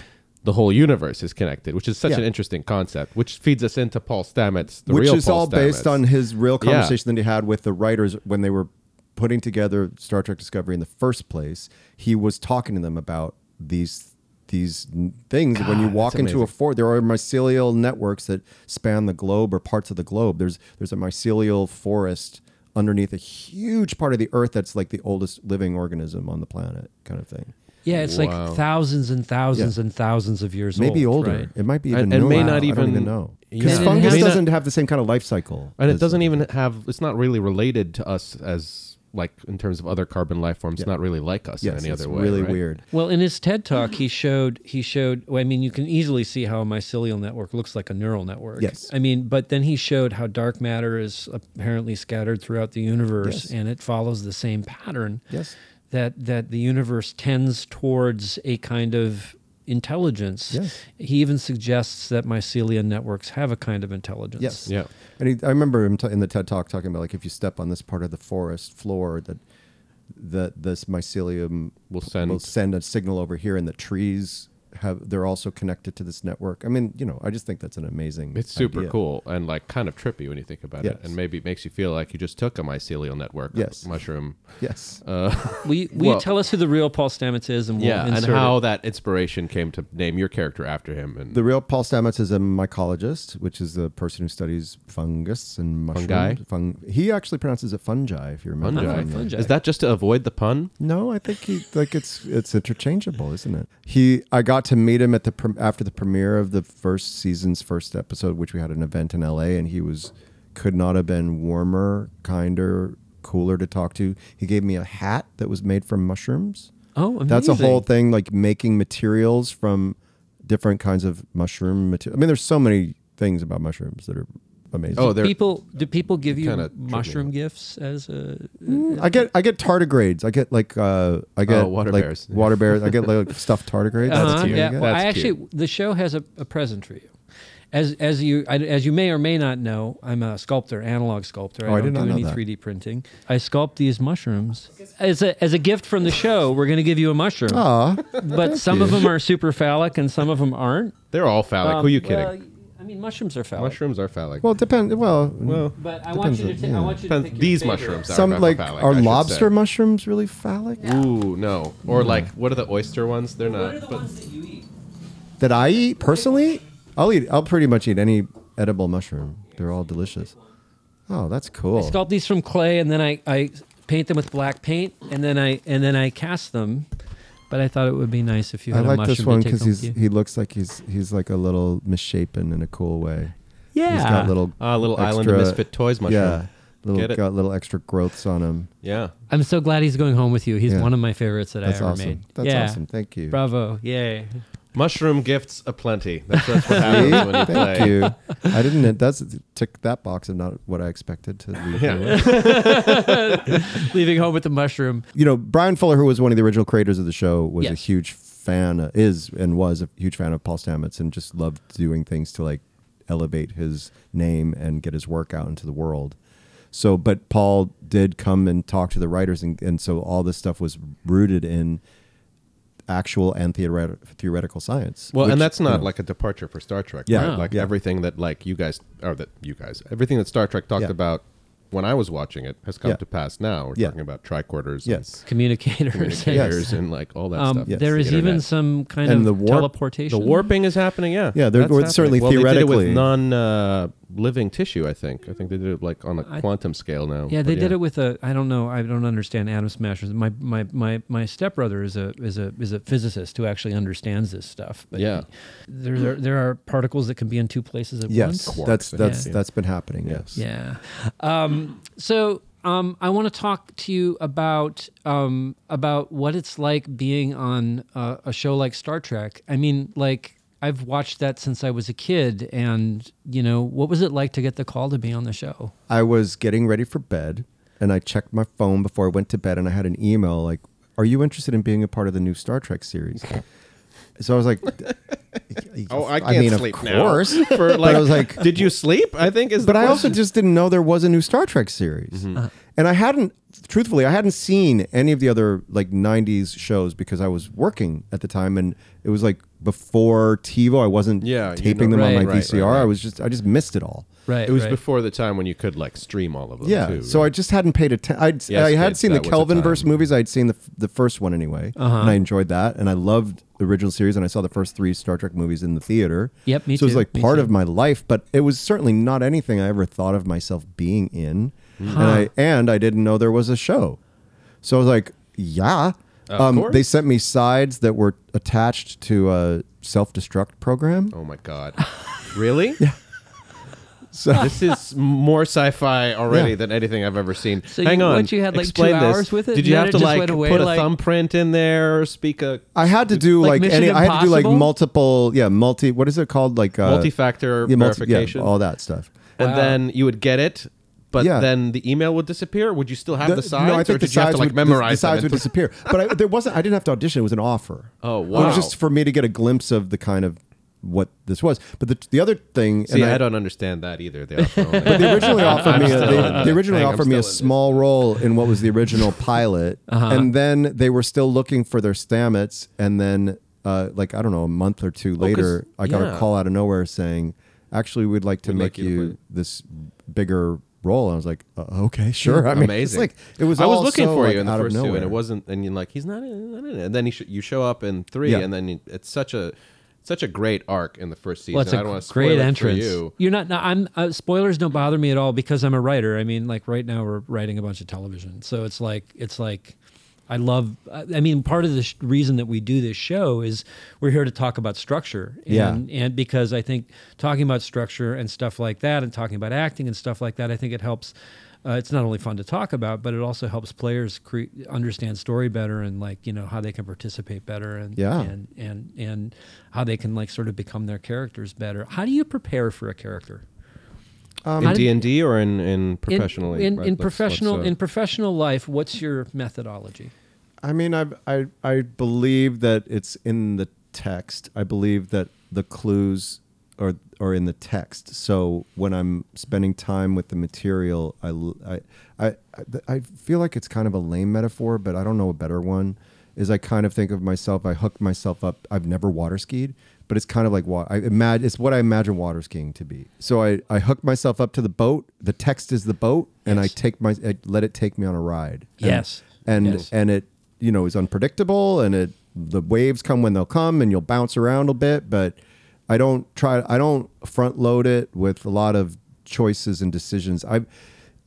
A: the whole universe is connected, which is such
B: Yeah.
A: an interesting concept, which feeds us into Paul Stamets, the
B: Which
A: real
B: is
A: Paul
B: all based
A: Stamets.
B: on his real
A: Yeah.
B: conversation that he had with the writers when they were putting together Star Trek Discovery in the first place. He was talking to them about these these n- things when you walk
A: that's
B: into a
A: amazing.
B: fort there are mycelial networks that span the globe or parts of the globe there's there's a mycelial forest underneath a huge part of the earth that's like the oldest living organism on the planet kind of thing
C: Yeah, it's
A: Wow.
C: like thousands and thousands and thousands of years
B: maybe
C: old.
B: older
C: right?
B: it might be even
A: And- and may
B: newer.
A: not
B: I don't
A: even-
B: even know
A: Yeah.
B: because
A: And it
B: fungus
A: may not-
B: doesn't have the same kind of life cycle
A: and it
B: as-
A: doesn't even have. It's not really related to us as like in terms of other carbon life forms. It's not really like us
B: yes,
A: in any
B: it's
A: other way.
B: really
A: right?
B: weird
C: Well, in his TED talk, he showed he showed. Well, I mean, you can easily see how a mycelial network looks like a neural network.
B: Yes.
C: I mean, but then he showed how dark matter is apparently scattered throughout the universe,
B: Yes.
C: and it follows the same pattern.
B: Yes.
C: That that the universe tends towards a kind of intelligence.
B: Yes.
C: He even suggests that mycelial networks have a kind of intelligence.
B: Yes.
A: Yeah.
B: And he, I remember him t- in the TED talk talking about like if you step on this part of the forest floor that that this mycelium
A: Will
B: p-
A: send-
B: will send a signal over here, and the trees have they're also connected to this network. I mean, you know, I just think that's an amazing.
A: It's super
B: idea.
A: cool and like kind of trippy when you think about it,
B: Yes.
A: and maybe it makes you feel like you just took a mycelial network
B: Yes.
A: mushroom.
B: Yes.
A: Uh,
C: Will you, will
A: Well-
C: you tell us who the real Paul Stamets is, and we'll
A: yeah, and
C: insert it?
A: how that inspiration came to name your character after him and
B: the real Paul Stamets is a mycologist, which is the person who studies fungus and mushrooms.
A: Fungi?
B: Fung- he actually pronounces it fungi, if you remember.
A: fungi.
B: from the-
C: fungi.
A: Is that just to avoid the pun?
B: No, I think he like it's it's interchangeable, isn't it? He I got to meet him at the pre- after the premiere of the first season's first episode, which we had an event in LA, and he was could not have been warmer, kinder, cooler to talk to. He gave me a hat that was made from mushrooms.
C: Oh, amazing.
B: That's a whole thing, like making materials from different kinds of mushroom material. I mean, there's so many things about mushrooms that are amazing.
A: Oh, they're
C: people do people give you
A: kinda
C: mushroom gifts as a
B: I get I get tardigrades. I get like uh I get
A: Oh, water
B: like,
A: bears. <laughs>
B: Water bears. I get like stuffed tardigrades.
C: Uh-huh,
A: cute.
C: yeah
B: You get.
C: well,
A: That's
C: i
A: cute.
C: actually the show has a, a present for you as as you I- as you may or may not know i'm a sculptor analog sculptor
B: Oh, I
C: don't
B: did not
C: do
B: know
C: any
B: that.
C: 3d printing i sculpt these mushrooms as a as a gift from the show we're going to give you a mushroom but some of
B: Oh, you. Uh,
C: them are super phallic and some of them aren't
A: they're all phallic. Who are you kidding?
C: Um, well, I mean, mushrooms are phallic.
A: Mushrooms are phallic.
B: Well, it depends. Well,
A: Well,
C: But I want you to.
B: Depends
C: ta-
B: on-
C: I
B: yeah.
C: want you to
A: depends.
C: pick your
A: These
C: favorite.
A: mushrooms are
B: some
A: phallic,
B: like
A: I
B: are
A: should say.
B: lobster mushrooms really phallic?
A: Ooh, no.
B: Mm.
A: Or like, what are the oyster ones? They're
C: What are the
A: not. But
C: ones that you eat?
B: That I eat personally, I'll eat. I'll pretty much eat any edible mushroom. They're all delicious. Oh, that's
C: I
B: cool.
C: sculpt these from clay, and then I, I paint them with black paint, and then I and then I cast them. But I thought it would be nice if you
B: I
C: had a
B: like
C: mushroom
B: this one
C: to take
B: because
C: home
B: he's
C: with you.
B: he looks like he's he's like a little misshapen in a cool way.
C: yeah.
B: He's got little
A: Ah, little Island of
B: extra-
A: Misfit Toys mushroom.
B: Yeah, little
A: Get it?
B: got little extra growths on him.
A: Yeah.
C: I'm so glad he's going home with you. He's
B: Yeah.
C: one of my favorites that
B: That's
C: I ever
B: awesome.
C: made.
B: That's
C: yeah.
B: awesome. Thank you.
C: Bravo. Yay. <laughs>
A: Mushroom gifts aplenty. That's, that's <laughs>
B: <laughs>
A: what happens when you play.
B: Thank you. I didn't. That's tick that box of not what I expected to leave.
A: Yeah.
B: here with.
C: Leaving home with the mushroom.
B: you know, Brian Fuller, who was one of the original creators of the show, was a
C: Yes.
B: huge fan, is and was a huge fan of Paul Stamets and just loved doing things to like elevate his name and get his work out into the world. So, but Paul did come and talk to the writers, and, and so all this stuff was rooted in actual and theoret- theoretical science.
A: Well,
B: which,
A: and that's
B: you
A: not
B: know,
A: like a departure for Star Trek.
B: Yeah.
A: right?
B: No.
A: like
B: Yeah.
A: everything that like you guys or that you guys everything that Star Trek talked
B: Yeah.
A: about when I was watching it has come
B: Yeah.
A: to pass now. We're
B: Yeah.
A: talking about tricorders,
B: yes,
C: Communicators.
A: and
C: <laughs>
A: communicators, and like all that
C: Um,
A: stuff.
B: Yes.
C: There is
A: The
C: even
A: internet.
C: some kind
B: And
C: of
B: the warp-
A: the
C: teleportation.
A: warping is happening. Yeah,
B: Yeah, there-
A: That's
B: or it's certainly
A: Well, they did it
B: theoretically-
A: with non uh, living tissue. I think. I think they did it like on a
C: I-
A: quantum scale now.
C: Yeah,
A: but
C: they did it with a. I don't know. I don't understand atom smashers. My my my my stepbrother is a is a is a physicist who actually understands this stuff. But
A: Yeah.
C: he- there there, there are particles that can be in two places at
B: yes,
C: once.
B: that's
A: Quarks, I
B: that's
A: think.
B: that's been happening. Yes,
C: Yeah. Um, so um, I want to talk to you about um, about what it's like being on uh, a show like Star Trek. I mean, like I've watched that since I was a kid, and you know, what was it like to get the call to be on the show?
B: I was getting ready for bed and I checked my phone before I went to bed and I had an email like, Are you interested in being a part of the new Star Trek series? So I was like,
A: <laughs> Oh, I can't
B: mean,
A: sleep
B: of
A: now.
B: course.
A: <laughs> For like,
B: I was like-
A: did you sleep? I think is.
B: But
A: the
B: I also
A: question. Mm-hmm.
B: just didn't know there was a new Star Trek series. And I hadn't, truthfully, I hadn't seen any of the other like 90s shows because I was working at the time and it was like before TiVo. I wasn't
A: Yeah, you
B: taping
A: know-
B: them
C: Right,
B: on
C: right,
B: my
A: right,
B: VCR.
A: right.
B: I was just, I just missed it all.
C: Right.
A: It was before the time when you could like stream all of them.
B: Yeah.
A: Too,
B: so
A: right?
B: I just hadn't paid attention. I'd
A: Yes,
B: I had
A: kids,
B: seen the
A: that was the
B: Kelvin verse
A: time.
B: movies. I'd seen the f- the first one anyway,
C: Uh-huh.
B: and I enjoyed that. And I loved the original series. And I saw the first three Star Trek movies in the theater.
C: Yep, me
B: So it was
C: too,
B: like
C: me
B: part
C: too.
B: of my life, but it was certainly not anything I ever thought of myself being in. And I and I didn't know there was a show, so I was like, yeah. Um,
A: Of course.
B: they sent me sides that were attached to a self destruct program.
A: Oh my god. Really? <laughs> yeah.
B: So
A: <laughs> This is more sci-fi already
B: Yeah.
A: than anything I've ever seen.
C: So
A: Hang
C: you-
A: on.
C: what, you had, like, two
A: Explain this.
C: hours with it,
A: Did you
C: and
A: have
C: then
A: to
C: it just
A: like
C: went away,
A: put a
C: like-
A: thumbprint in there, speak a
B: I had to do
C: Like
B: like,
C: Mission
B: any. I had to do like
C: Impossible?
B: multiple. Yeah, multi. What is it called? Like uh,
A: multi-factor
B: yeah, multi- yeah,
A: verification,
B: all that stuff.
A: and then you would get it, but
B: Yeah.
A: then the email would disappear. Would you still have the, sides,
B: no, I
A: or
B: think
A: did
B: the
A: you have
B: sides
A: to like
B: would, the- the,
A: memorize them
B: sides
A: and put- <laughs>
B: would disappear. But I, there wasn't. I didn't have to audition. It was an offer.
A: Oh,
B: It
A: wow.
B: was just for me to get a glimpse of the kind of what this was. But the the other
A: <laughs>
B: thing,
A: See,
B: and
A: I,
B: I-
A: don't understand that either.
B: <laughs>
A: They offer only-
B: they originally offered
A: <laughs> I'm
B: me a,
A: still
B: they,
A: in
B: they
A: the
B: originally
A: thing. I'm
B: offered me a
A: still in this.
B: small role in what was the original pilot,
A: Uh-huh.
B: and then they were still looking for their Stamets, and then uh, like I don't know, a month or two later, I got
A: Oh, yeah.
B: a call out of nowhere saying, "Actually, we'd like to
A: We'd like
B: make
A: you to
B: you,
A: play."
B: this bigger role." And I was like, uh, "Okay, sure." <laughs> I mean, it's
A: amazing.
B: like it was.
A: I was
B: all
A: looking
B: so,
A: for
B: like,
A: you in the
B: out of
A: first two, and
B: nowhere.
A: it wasn't. And you're like, he's not in. it, Not in it. And then you, sh- you show up in three,
B: Yeah.
A: and then you- it's such a such a great arc in the first season.
C: Well, it's
A: I don't
C: a
A: want to
C: great
A: spoil
C: entrance.
A: It for you.
C: You're not. No, I'm. Uh, spoilers don't bother me at all because I'm a writer. I mean, like right now we're writing a bunch of television, so it's like it's like. I love. I I mean, part of the sh- reason that we do this show is we're here to talk about structure, and,
B: Yeah.
C: and because I think talking about structure and stuff like that, and talking about acting and stuff like that, I think it helps. Uh, it's not only fun to talk about, but it also helps players cre- understand story better and like you know how they can participate better and
B: Yeah.
C: and and and how they can like sort of become their characters better. How do you prepare for a character?
A: in
B: Um,
C: How did-
A: D and D or in in
C: In-
A: professionally
C: in,
A: right?
C: in
A: Let's-
C: professional
A: let's, uh,
C: in professional life, what's your methodology?
B: I mean, I I I believe that it's in the text. I believe that the clues are are in the text. So when I'm spending time with the material, I l- I I- I- I feel like it's kind of a lame metaphor, but I don't know a better one. Is I kind of think of myself. I hooked myself up. I've never water skied, but it's kind of like water. I imagine it's what I imagine water skiing to be. So I, I hook myself up to the boat. The text is the boat, and I
C: Yes.
B: take my I let it take me on a ride. And-
C: Yes.
B: and
C: Yes.
B: and it you know is unpredictable, and it the waves come when they'll come, and you'll bounce around a bit. But I don't try. I don't front load it with a lot of choices and decisions. I.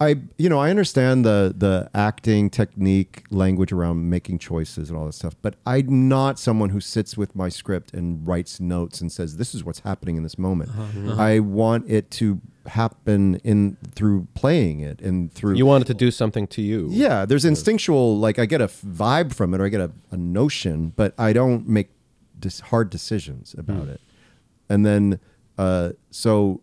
B: I you know I understand the the acting technique language around making choices and all that stuff, but I'm not someone who sits with my script and writes notes and says this is what's happening in this moment. I want it to happen in through playing it and through
A: You wanted to do something to you.
B: yeah, there's instinctual, like I get a f- vibe from it or I get a, a notion, but I don't make dis- hard decisions about it. And then, uh, so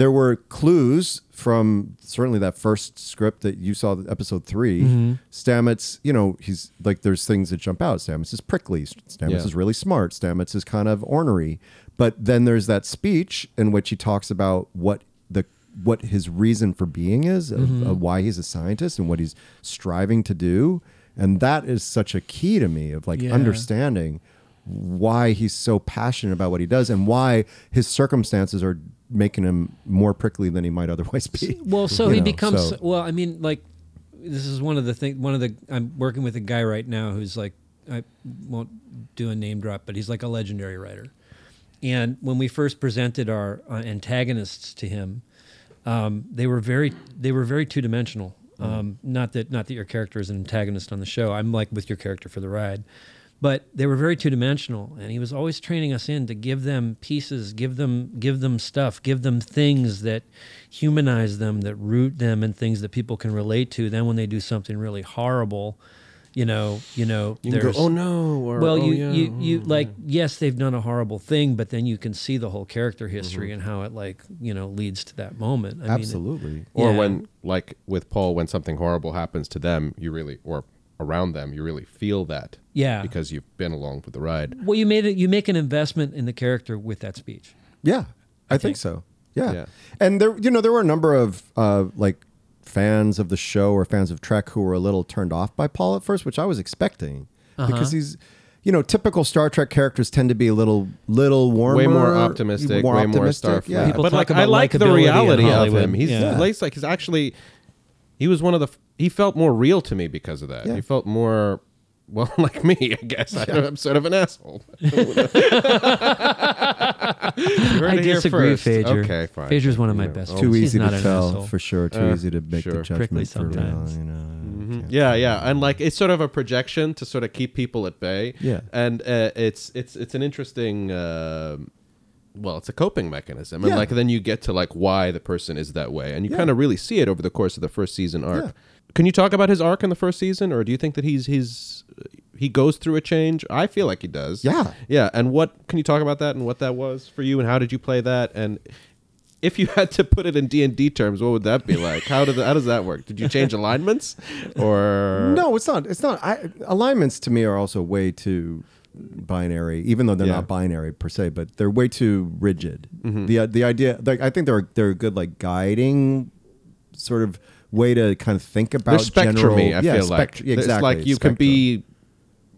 B: there were clues from certainly that first script that you saw, episode 3 Stamets, you know, he's like, there's things that jump out. Stamets is prickly. Stamets
A: Yeah.
B: is really smart. Stamets is kind of ornery. But then there's that speech in which he talks about what the what his reason for being is, of, of why he's a scientist, and what he's striving to do. And that is such a key to me of like
C: Yeah.
B: understanding why he's so passionate about what he does and why his circumstances are making him more prickly than he might otherwise be.
C: Well, so
B: <laughs> You
C: he
B: know,
C: becomes.
B: so-
C: Well, I mean, like, this is one of the thing. One of the. I'm working with a guy right now who's like, I won't do a name drop, but he's like a legendary writer. And when we first presented our uh, antagonists to him, um, they were very they were very two dimensional. Um, not that not that your character is an antagonist on the show. I'm like with your character for the ride, but they were very two dimensional, and he was always training us in to give them pieces, give them give them stuff, give them things that humanize them, that root them, and things that people can relate to. Then when they do something really horrible, you know, you know,
A: You can go,
C: there's-
A: oh no. Or,
C: well,
A: "Oh,
C: you,
A: yeah,
C: you, you
A: mm."
C: like, yes, they've done a horrible thing, but then you can see the whole character history
A: Mm-hmm.
C: and how it like, you know, leads to that moment. I Mean,
B: Absolutely.
A: Or
C: Yeah.
A: when, like with Paul, when something horrible happens to them, you really, or around them, you really feel that.
C: Yeah.
A: Because you've been along for the ride.
C: it- well, you made it, you make an investment in the character with that speech.
B: Yeah, I, think so. Yeah.
A: Yeah.
B: and there, you know, there were a number of uh, like fans of the show or fans of Trek who were a little turned off by Paul at first, which I was expecting
C: Uh-huh.
B: because he's, you know, typical Star Trek characters tend to be a little, little warmer,
A: Way more optimistic,
B: more
A: way more
B: optimistic,
A: Starfleet.
B: Yeah,
C: People
A: but
C: talk
A: like,
C: about
A: I like the
C: likability in
A: reality of
C: Hollywood.
A: him. He's
C: Yeah.
A: he's like he's actually he was one of the f- he felt more real to me because of that.
B: Yeah.
A: He felt more well <laughs> like me, I guess. I know I'm sort of an
C: <laughs>
A: asshole. <laughs> You heard
C: I
A: it here
C: disagree,
A: first.
C: Fager.
A: Okay, fine.
C: Fager's one of my
A: You know,
C: best
A: oh,
C: friends.
B: too
C: He's
B: easy
C: not
B: to
C: an
B: tell
C: asshole.
B: for sure. Mm-hmm. Too
A: Uh,
B: easy to make
A: sure.
B: the
C: Prickly
B: judgment for real.
C: sometimes.
B: You know,
A: Mhm. Yeah, yeah, and like it's sort of a projection to sort of keep people at bay.
B: Yeah.
A: and uh, it's it's it's an interesting. um well, it's a coping mechanism, and
B: Yeah.
A: like then you get to like why the person is that way, and you
B: Yeah.
A: kind of really see it over the course of the first season arc.
B: Yeah.
A: Can you talk about his arc in the first season, or do you think that he's he's he goes through a change? I feel like he does.
B: Yeah.
A: yeah. And what can you talk about that and what that was for you, and how did you play that? And if you <laughs> had to put it in D and D terms, what would that be like? How did how does that work? Did you
B: <laughs>
A: change alignments, or
B: No, it's not. It's not. I, alignments to me are also way too binary, even though they're
A: Yeah.
B: not binary per se, but they're way too rigid. The the idea, like, I think they're they're a good like guiding sort of way to kind of think about
A: They're spectrum
B: general-
A: I
B: yeah,
A: feel like.
B: spect-
A: It's
B: exactly,
A: like you
B: spectrum.
A: can be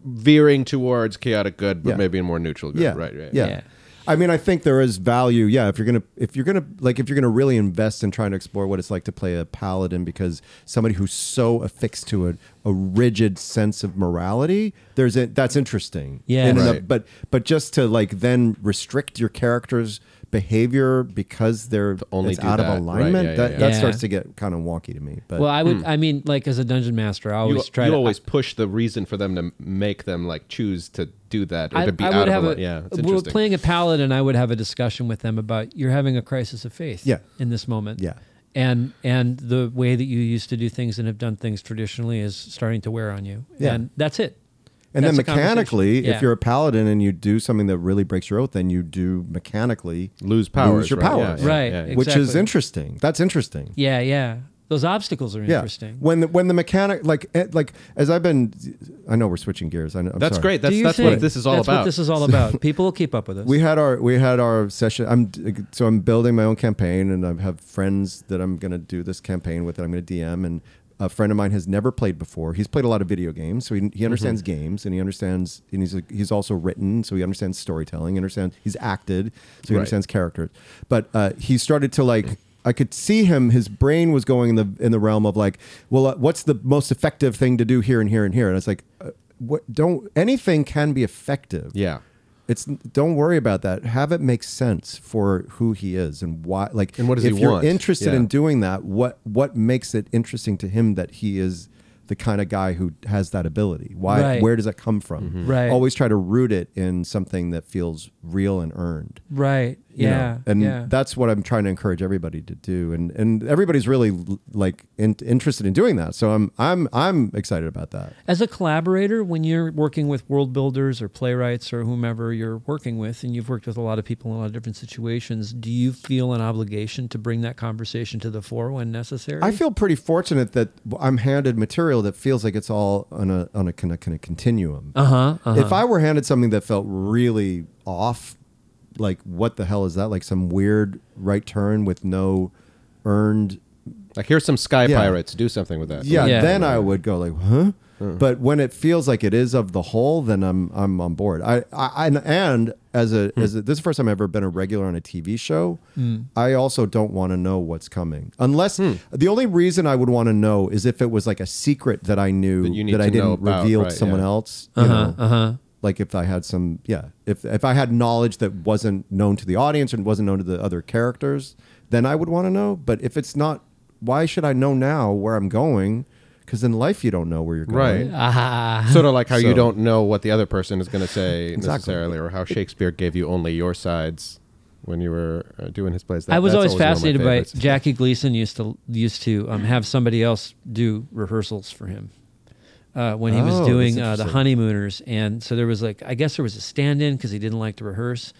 A: veering towards chaotic good, but
B: Yeah.
A: maybe in more neutral good.
B: yeah,
A: Right, right.
B: Yeah.
C: Yeah.
B: I mean, I think there is value. Yeah, if you're gonna, if you're gonna, like, if you're gonna really invest in trying to explore what it's like to play a paladin, because somebody who's so affixed to a, a rigid sense of morality, there's a, that's interesting.
C: Yeah.
B: In and of-
A: Right.
B: but but just to like then restrict your character's behavior because they're
A: only
B: it's
A: do
B: out
A: that.
B: of
A: Right,
B: alignment,
A: yeah,
B: that,
A: yeah,
B: that
C: yeah.
B: starts to get kind of wonky to me. But
C: Well, I would, I mean, like as a dungeon master, I
A: Hmm. You,
C: always try
A: you
C: to
A: always push the reason for them to make them like choose to do that or to be out of it. Yeah, it's
C: we were
A: interesting.
C: playing a paladin. I would have a discussion with them about you're having a crisis of faith.
B: Yeah.
C: In this moment.
B: Yeah.
C: And and the way that you used to do things and have done things traditionally is starting to wear on you.
B: Yeah.
C: And that's it.
B: And
C: That's
B: then
C: the conversation.
B: mechanically,
C: Yeah.
B: if you're a paladin and you do something that really breaks your oath, then you do mechanically
A: Lose powers.
B: your
A: right?
B: powers,
A: Yeah, yeah,
C: Right.
A: yeah, yeah.
B: which is
C: Exactly.
B: interesting. That's interesting.
C: Yeah, yeah. Those obstacles are
B: Yeah.
C: interesting.
B: When the when the mechanic like eh, like as I've been, I know we're switching gears. I know, I'm
A: That's
B: sorry.
A: great.
C: Do
A: That's
C: you
A: that's
C: think-
A: what this is all
C: that's
A: about.
C: What this
A: <laughs>
C: is all about. People will keep up with us.
B: We had our we had our session. I'm so I'm building my own campaign, and I have friends that I'm going to do this campaign with, and I'm going to DM. And A friend of mine has never played before. He's played a lot of video games, so he, he understands games and he understands, and he's he's also written, so he understands storytelling. Understands he's acted, so he
A: Right.
B: understands characters. But uh, he started to like. I could see him. His brain was going in the in the realm of like, well, uh, what's the most effective thing to do here and here and here? And it's like, uh, what? Don't anything can be effective.
A: Yeah.
B: It's don't worry about that. Have it make sense for who he is and why. Like,
A: And what does
B: if
A: he
B: you're
A: want?
B: interested
A: Yeah.
B: in doing that, what what makes it interesting to him that he is the kind of guy who has that ability? Why?
C: Right.
B: Where does that come from?
A: Mm-hmm.
C: Right.
B: Always try to root it in something that feels real and earned.
C: Right.
B: you know?
C: Yeah.
B: and
C: yeah.
B: that's what I'm trying to encourage everybody to do. And and everybody's really like in, interested in doing that. So I'm I'm I'm excited about that.
C: As a collaborator, when you're working with world builders or playwrights or whomever you're working with, and you've worked with a lot of people in a lot of different situations, do you feel an obligation to bring that conversation to the fore when necessary?
B: I feel pretty fortunate that I'm handed material that feels like it's all on a on a kind of, kind of continuum.
C: Uh huh. Uh-huh.
B: If I were handed something that felt really off, like what the hell is that? Like some weird right turn with no earned.
A: Like here's some sky
B: Yeah.
A: pirates. Do something with that. Uh-huh.
B: Yeah,
C: Yeah.
B: then I would go like, huh? But when it feels like it is of the whole, then I'm I'm on board. I, I and, and as a as a, this is the first time I've ever been a regular on a TV show. I also don't want to know what's coming unless
A: Hmm.
B: the only reason I would want to know is if it was like a secret that I knew
A: That you need
B: that I
A: to know
B: didn't
A: about,
B: reveal
A: right,
B: to someone
A: yeah.
B: else. You know, like if I had some yeah, if if I had knowledge that wasn't known to the audience and wasn't known to the other characters, then I would want to know. But if it's not, why should I know now where I'm going? Because in life you don't know where you're
A: Right.
B: going.
C: Uh-huh.
A: Sort of like how you
B: So-
A: don't know what the other person is going to say
B: <laughs> Exactly.
A: necessarily, or how Shakespeare gave you only your sides when you were uh, doing his plays. That-
C: I was
A: that's
C: always,
A: one of my
C: fascinated by
A: favorites. <laughs>
C: Jackie Gleason used to used to um, have somebody else do rehearsals for him uh, when he
B: Oh,
C: was
B: that's
C: doing uh, the
B: interesting.
C: honeymooners, and so there was like I guess there was a stand-in because he didn't like to rehearse,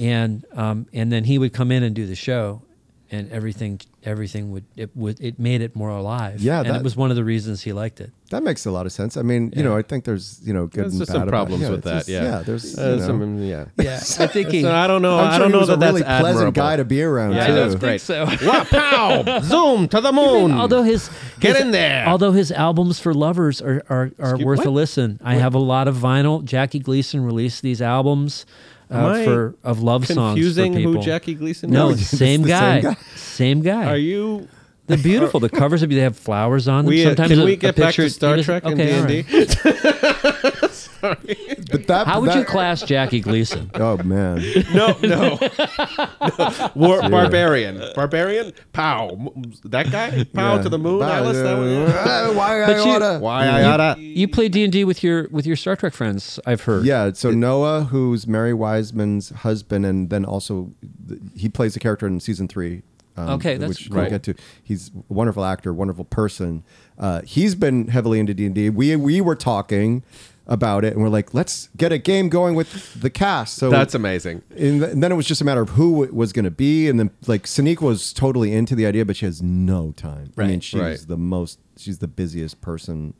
C: and um, and then he would come in and do the show, and everything everything would it would it made it more alive.
B: Yeah,
C: and it
B: that-
C: was one of the reasons he liked it.
B: That makes a lot of sense. I mean, you know, I think there's you know good
A: There's
B: and
A: just
B: bad
A: some
B: about-
A: problems
B: yeah,
A: with
B: it's
A: that.
B: just-
A: yeah.
B: yeah, there's
A: Uh,
B: you know.
A: some- yeah.
C: Yeah, <laughs> I think he.
A: <laughs> So I don't know.
B: I'm
A: I
B: sure
A: don't
B: he
A: know
B: was
A: that
B: a really
A: that's admirable.
B: pleasant guy to be around.
A: <laughs> Yeah,
B: too.
C: I don't
A: too.
C: think so.
A: Wow!
C: <laughs>
A: Pow! Zoom to the moon.
C: Although his
A: Get
C: <laughs> his-
A: in there.
C: Although his albums for lovers are are, are
A: Excuse-
C: worth a
A: what?
C: listen. I have a lot of vinyl. Jackie Gleason released these albums
A: Am
C: uh,
A: I
C: for of love songs. for
A: confusing who
C: people.
A: Jackie Gleason.
C: No,
A: is?
B: it's the
C: same
B: same
C: guy.
B: guy.
C: Same guy.
A: Are you?
C: They're beautiful. the covers of they have flowers on them.
A: We, uh,
C: Sometimes
A: can
C: a-
A: we
C: a
A: get back
C: picture-
A: to Star
C: it is-
A: Trek
C: okay, all
A: and D
C: right.
A: and D?
B: But that,
C: How would
B: that-
C: you class Jackie Gleason?
B: Oh
A: <laughs>
B: man,
A: No,
B: <laughs>
A: no. War, barbarian. Barbarian? Pow. M- That guy? Pow
B: Yeah.
A: to the moon?
B: Bye.
A: Alice? That one? Mm-hmm.
B: Uh, <laughs> Why I
C: But you-
B: oughta-
A: Why I oughta.
C: You play D and D with your with your Star Trek friends. I've heard.
B: Yeah, so Noah, who's Mary Wiseman's husband, and then also th- he plays a character in season three. um,
C: Okay, that's
B: which
C: cool.
B: we'll get to. He's a wonderful actor, wonderful person. Uh, he's been heavily into D and D. We we were talking about it, and we're like, let's get a game going with the cast. So
A: That's amazing.
B: and, th- and then it was just a matter of who it was going to be, and then like Sonique was totally into the idea, but she has no time. I mean,
C: Right,
B: she's
A: right.
B: the most, she's the busiest person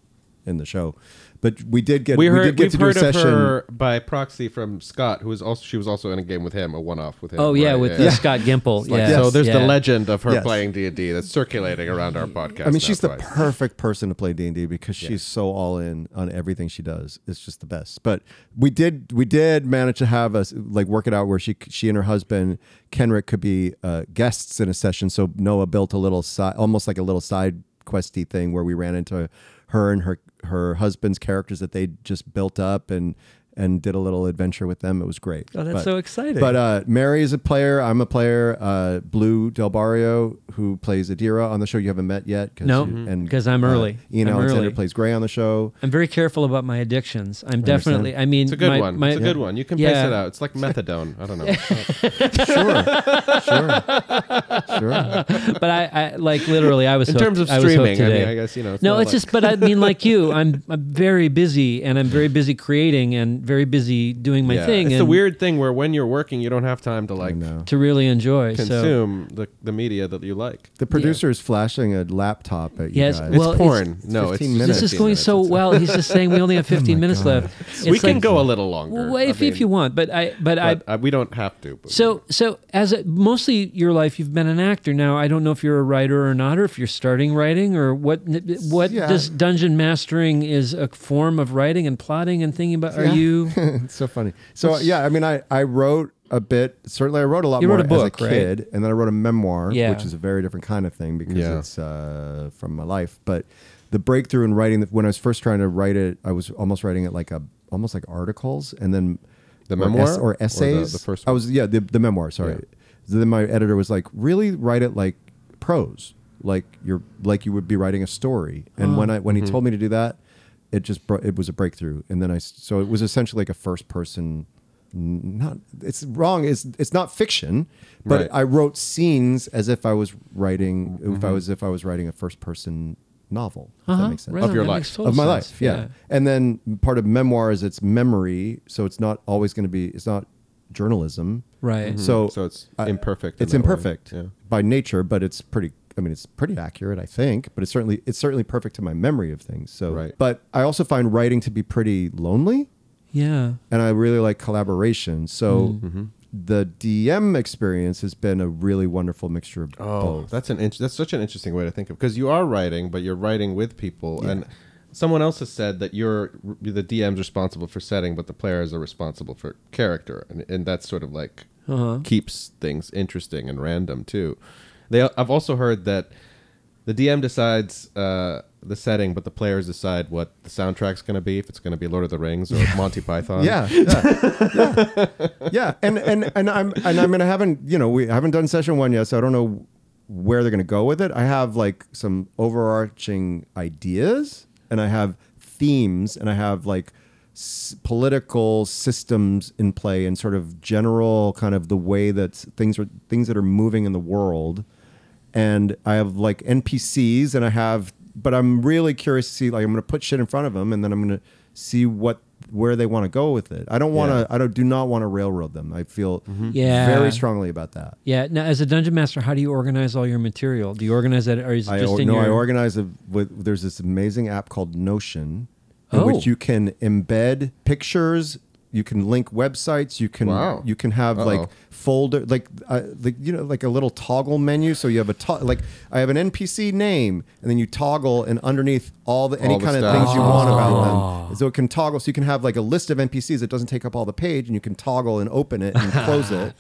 B: in the show. But we did get,
A: We
B: we,
A: heard,
B: did get
A: we've
B: to do a
A: heard of
B: session.
A: her by proxy from Scott, who was also she was also in a game with him, a one-off with him.
C: Oh yeah,
A: right?
C: with uh, Scott Gimple. yeah.
A: So there's the
C: Yeah.
A: legend of her
B: Yes.
A: playing D and D that's circulating around our podcast.
B: I
A: now,
B: mean, she's the
A: twice.
B: perfect person to play D and D because she's so all in on everything she does. It's just the best. But we did we did manage to have us like work it out where she she and her husband Kenrick could be uh, guests in a session. So Noah built a little side, almost like a little side questy thing where we ran into her and her her husband's characters that they just built up and and did a little adventure with them. It was great.
C: Oh, that's
B: But-
C: so exciting.
B: But uh, Mary is a player. I'm a player. Uh, Blue Del Barrio, who plays Adira on the show, you haven't met yet. 'cause
C: No,
B: you- uh,
C: 'cause I'm early.
B: Ian
C: I'm
B: Alexander
C: early.
B: plays Gray on the show.
C: I'm very careful about my addictions. I'm definitely. I mean,
A: It's a good
C: my-
A: one.
C: my-
A: it's a good one. You can
C: yeah.
A: pace it out. It's
C: <laughs>
A: like methadone. I don't know.
B: Sure, <laughs> sure, sure.
C: but I, I like literally I was
A: In
C: hooked.
A: terms of
C: I was hooked
A: streaming, I
C: today.
A: mean, I guess you know. It's
C: no,
A: not
C: it's
A: like-
C: just. But I mean, like you, I'm I'm very busy and I'm very busy creating and very busy doing my thing
A: It's
C: and
A: the weird thing where when you're working, you don't have time to like
B: know.
C: to really enjoy. So
A: consume the, the media that you like.
B: The producer is flashing a laptop at you
C: Yes,
B: guys.
A: It's
C: Well, it's-
A: porn. no, it's
B: 15
A: just
B: minutes.
C: this is
A: 15
C: going
A: minutes.
C: so
A: It's-
C: well. He's just saying
A: <laughs>
C: we only have 15 minutes
B: God.
C: left. It's
A: Oh we can
C: like-
A: go a little longer.
C: Well, if,
A: I
C: if you
A: mean,
C: want, but I but I
A: but, uh, we don't have to. But
C: So, so as a, mostly your life, you've been an actor. Now, I don't know if you're a writer or not, or if you're starting writing, or what. What
B: Yeah.
C: does dungeon mastering is a form of writing and plotting and thinking about? Are
B: Yeah.
A: <laughs>
C: you?
B: it's <laughs> so funny. So yeah, I mean, I I wrote a bit. Certainly, I wrote a lot
C: You
B: more
C: wrote a book,
B: as a
C: right?
B: kid, and then I wrote a memoir,
C: Yeah.
B: which is a very different kind of thing because
A: Yeah.
B: it's uh, from my life. But the breakthrough in writing when I was first trying to write it, I was almost writing it like a almost like articles, and then
A: The
B: or
A: memoir
B: ess-
A: or
B: or
A: the-
B: essays. Oh,
A: the first
B: I was yeah the the memoir. Sorry.
A: Yeah.
B: So then my editor was like, really write it like prose, like you're like you would be writing a story. And when I when
C: Mm-hmm.
B: he told me to do that, it just bro- it was a breakthrough. And then I s- so it was essentially like a first person. n- Not it's wrong. It's it's not fiction, but
A: Right.
B: I wrote scenes as if I was writing if I was if I was writing a first person novel. If
C: Mm-hmm. Uh-huh,
B: that makes sense
C: right
A: Of
C: on,
A: your
C: that
A: life.
C: makes total
B: of my
C: sense,
B: life. Yeah. And then part of memoir is its memory, so it's not always going to be it's not journalism.
C: Right. Mhm.
B: So
A: Mm-hmm. So it's
B: I-
A: imperfect in
B: It's
A: that way.
B: imperfect
A: Yeah.
B: by nature, but it's pretty I mean it's pretty accurate, I think, but it's certainly it's certainly perfect to my memory of things. So
A: Right.
B: but I also find writing to be pretty lonely
C: Yeah.
B: and I really like collaboration. So
A: Mm-hmm.
B: the DM experience has been a really wonderful mixture of
A: Oh,
B: both.
A: that's an int- that's such an interesting way to think of because you are writing, but you're writing with people, and someone else has said that you're the DM's responsible for setting, but the players are responsible for character, and, and that's sort of like
C: Uh-huh.
A: keeps things interesting and random too. They I've also heard that the DM decides uh, the setting, but the players decide what the soundtrack's going to be, if it's going to be Lord of the Rings
C: <laughs>
A: or Monty Python. <laughs>
B: Yeah, yeah, yeah, yeah. And and and I'm and I mean I haven't you know we haven't done session one yet, so I don't know where they're gonna go with it. I have like some overarching ideas, and I have themes, and I have like s- political systems in play, and sort of general kind of the way that things are things that are moving in the world. And I have like NPCs, and I have, but I'm really curious to see like I'm gonna put shit in front of them, and then I'm gonna see what where they want to go with it. I don't want to.
A: Yeah.
B: I don't do not want to railroad them. I feel
A: Mm-hmm.
C: Yeah.
B: very strongly about that.
C: Yeah. Now, as a dungeon master, how do you organize all your material? Do you organize that, or is it
B: I
C: just
B: or,
C: in
B: no,
C: your?
B: I organize a, with. There's this amazing app called Notion, in
C: Oh.
B: which you can embed pictures. You can link websites. You can
A: Wow.
B: you can have
A: Uh-oh.
B: like folder like uh, like you know like a little toggle menu. So you have a to- like I have an NPC name, and then you toggle and underneath all the any
A: All the
B: kind of
A: stuff.
B: things you
C: Oh.
B: want about
A: Oh.
B: them. So it can toggle. So you can have like a list of NPCs. It doesn't take up all the page, and you can toggle and open it and close
A: <laughs>
B: it,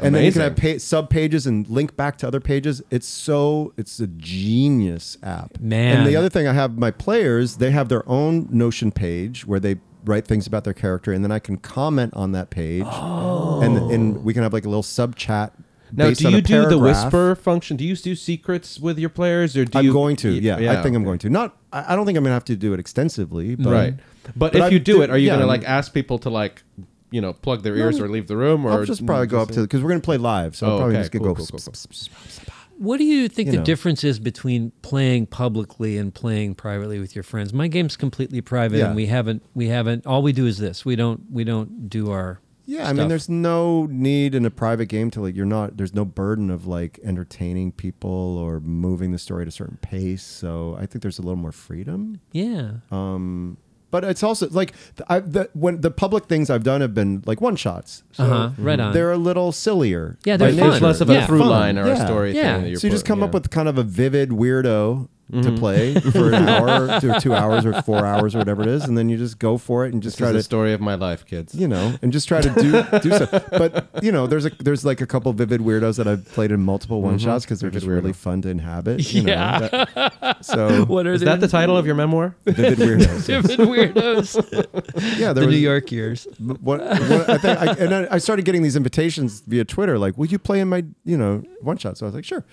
B: and then you
A: Amazing.
B: can have pa- sub pages and link back to other pages. It's so it's a genius app.
C: Man.
B: And the other thing I have my players, they have their own Notion page where they write things about their character and then I can comment on that page. And and we can have like a little sub chat.
A: Oh. Now,
B: based
A: do
B: on a
A: you do the
B: paragraph.
A: whisper function? Do you do secrets with your players, or do
B: I'm
A: you?
B: going to.
A: y-
B: Yeah, I think I'm going to. Not I I don't think I'm going to have to do it extensively, but
A: right. But,
B: But
A: if
B: I
A: you do
B: do-
A: it, are you
B: yeah,
A: going to
B: I'm-
A: like ask people to like, you know, plug their ears or leave the room, or
B: I'll just probably go up to because we're going to play live, so
A: Oh,
B: I'm probably
A: okay,
B: just going to
A: cool,
B: go.
A: cool, cool,
C: What do you think
B: You
C: the
B: know.
C: difference is between playing publicly and playing privately with your friends? My game's completely private,
B: Yeah.
C: and we haven't we haven't. All we do is this. We don't we don't do our.
B: Yeah, I
C: stuff.
B: mean, there's no need in a private game to like you're not there's no burden of like entertaining people or moving the story at a certain pace. So I think there's a little more freedom.
C: yeah.
B: Uh,
C: Uh-huh.
B: But it's also like th- I, the when the public things I've done have been like one shots. So mm-hmm.
C: Uh-huh, right on.
B: They're a little sillier.
C: Yeah,
B: by
C: they're fun.
A: There's
B: nature.
A: less of a
C: Yeah.
A: through
B: Fun.
A: line or a
B: Yeah.
A: story
C: Yeah.
A: thing. That you're
B: So you just
A: put-
B: come up
A: yeah. Mm-hmm.
B: with kind of a vivid weirdo to
A: <laughs>
B: play for an hour or two hours or four hours or whatever it is, and then you just go for it and just
A: This
B: try
A: is
B: to
A: the story of my life, kids.
B: you know, and just try to do do stuff.
C: <laughs>
B: But you know, there's a there's like a couple vivid weirdos that I've played in multiple one shots because they're just really fun to inhabit. You
C: Mm-hmm. Yeah.
B: Know?
C: <laughs>
B: That- so
C: What are
A: Is that the title of your memoir?
C: <laughs>
B: vivid weirdos. yeah.
C: different
A: <laughs>
C: weirdos?
B: Yeah,
C: the
B: there was
C: New York years.
B: What, what- I think, I, and I, I started getting these invitations via Twitter, like, "Will you play in my you know one shot?" So I was like, "Sure."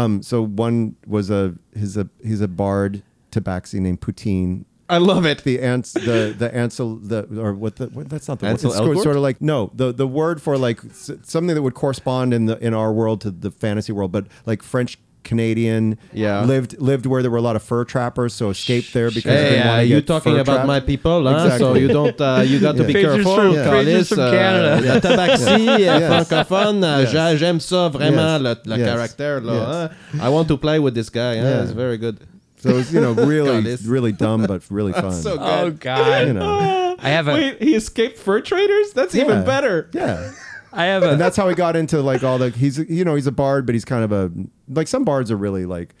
B: Um, so one was a he's a he's a bard tabaxi named Poutine.
A: I love it.
B: The ants, the the ansel, the or what the what, that's not the
A: Ansel
B: word. It's sort-
A: Elgort?
B: sort of like no the the word for like s- something that would correspond in the in our world to the fantasy world, but like French Canadian.
A: Yeah.
B: lived lived where there were a lot of fur trappers, so escaped there because they
A: Hey,
B: didn't
A: uh,
B: want to
A: you
B: get
A: talking
B: fur
A: about
B: trapped.
A: my people, huh? So
B: Exactly.
A: you don't, uh, you got to
C: <laughs>
A: be
C: Fagers
A: careful.
C: from-
A: car
C: Fagers
A: is,
C: from
A: uh,
C: Canada.
A: La <laughs> tabaxi euh, francophone, euh,
B: Yes.
A: j'a- j'aime ça vraiment,
B: Yes.
A: le, le
B: Yes.
A: caractère, là.
B: Yes.
A: hein? I want to play with this guy. Huh?
B: Yeah.
A: It's very good.
B: So it
A: <laughs>
B: was you know really
A: Goddess.
B: really dumb but
A: <laughs>
B: really fun.
A: so good.
C: Oh God!
B: you know,
C: I have a.
A: Wait, he escaped fur traders? That's <laughs> even
B: Yeah.
A: better.
B: yeah.
C: I have
B: and
C: a.
B: that's how he got into like all the he's you know he's a bard but he's kind of a like some bards are really like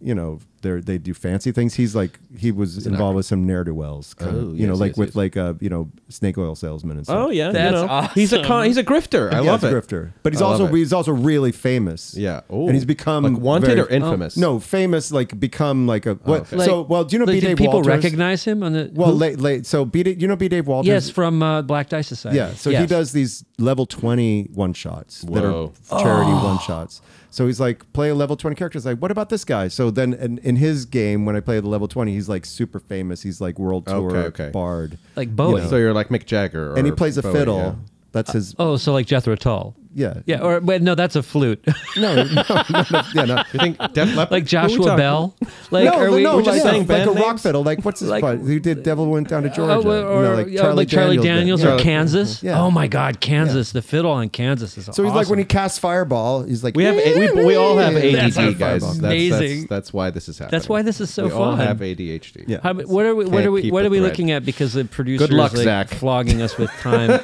B: you know they they do fancy things he's like he was involved with some ne'er-do-wells kind
A: Oh,
B: of, you know
A: yes,
B: like
A: yes,
B: with
A: yes.
B: like a you know snake oil salesman and stuff
A: Oh yeah,
C: That's
A: you know. He's a con-
C: awesome.
A: he's a grifter. I
B: yeah,
A: love
B: it's
A: it.
B: a grifter but he's
A: I love
B: also
A: it.
B: he's also really famous
A: Yeah. Oh.
B: and he's become
A: like wanted
B: very-
A: or infamous. Oh,
B: no famous like become like a what
A: okay.
B: so well do you know
C: like,
B: b
C: did
B: dave
C: people
B: walters
C: recognize him on the?
B: well
C: who-
B: late late so b dave you know b dave walters
C: yes, from uh, Black Dice Society.
B: Yeah, so he
C: Yes.
B: does these level 20 one shots that
A: Whoa.
B: are charity
C: Oh.
B: one shots. So he's like, play a level 20 character. It's like, what about this guy? So then in, in his game, when I play the level 20, he's like super famous. He's like world tour
A: Okay, okay.
B: bard.
C: like Bowie.
A: So you're like Mick Jagger, or
B: and he plays a
A: Bowie,
B: fiddle.
A: yeah.
B: That's his.
C: Oh, so like Jethro Tull.
B: yeah.
C: Yeah, or but no, that's a flute.
B: <laughs>
C: <laughs>
B: No, no, no, no, yeah, no.
A: You think Def Leppard?
C: like
A: Who are we
C: Joshua
A: talking-
C: Bell. <laughs> Like,
B: no,
C: are
B: no,
C: we?
B: no,
C: we're just
B: like,
A: saying
B: like
A: band
B: a rock
A: names?
B: fiddle. Like, what's his
C: Like-
B: part? Who did Devil Went Down to
C: Oh,
B: Georgia?
C: well,
B: You
C: or,
B: know,
C: yeah, like Charlie
B: did.
C: Daniels,
B: Yeah.
C: or Kansas.
B: Yeah.
C: Oh my God, Kansas! The fiddle on Kansas is
B: So he's like,
C: awesome.
B: when he casts Fireball, he's like,
A: We have we, we all have ADD,
C: That's
A: guys.
B: amazing.
A: That's, that's that's why this is happening.
C: That's why this is so
A: we all
C: fun.
A: have ADHD.
B: Yeah.
C: How, what are we? What
A: Can't
C: are we?
A: keep
C: What
A: a
C: are we
A: thread.
C: looking at? Because the producer
A: luck,
C: is
A: Zach.
C: like flogging us with
B: <laughs>
C: time.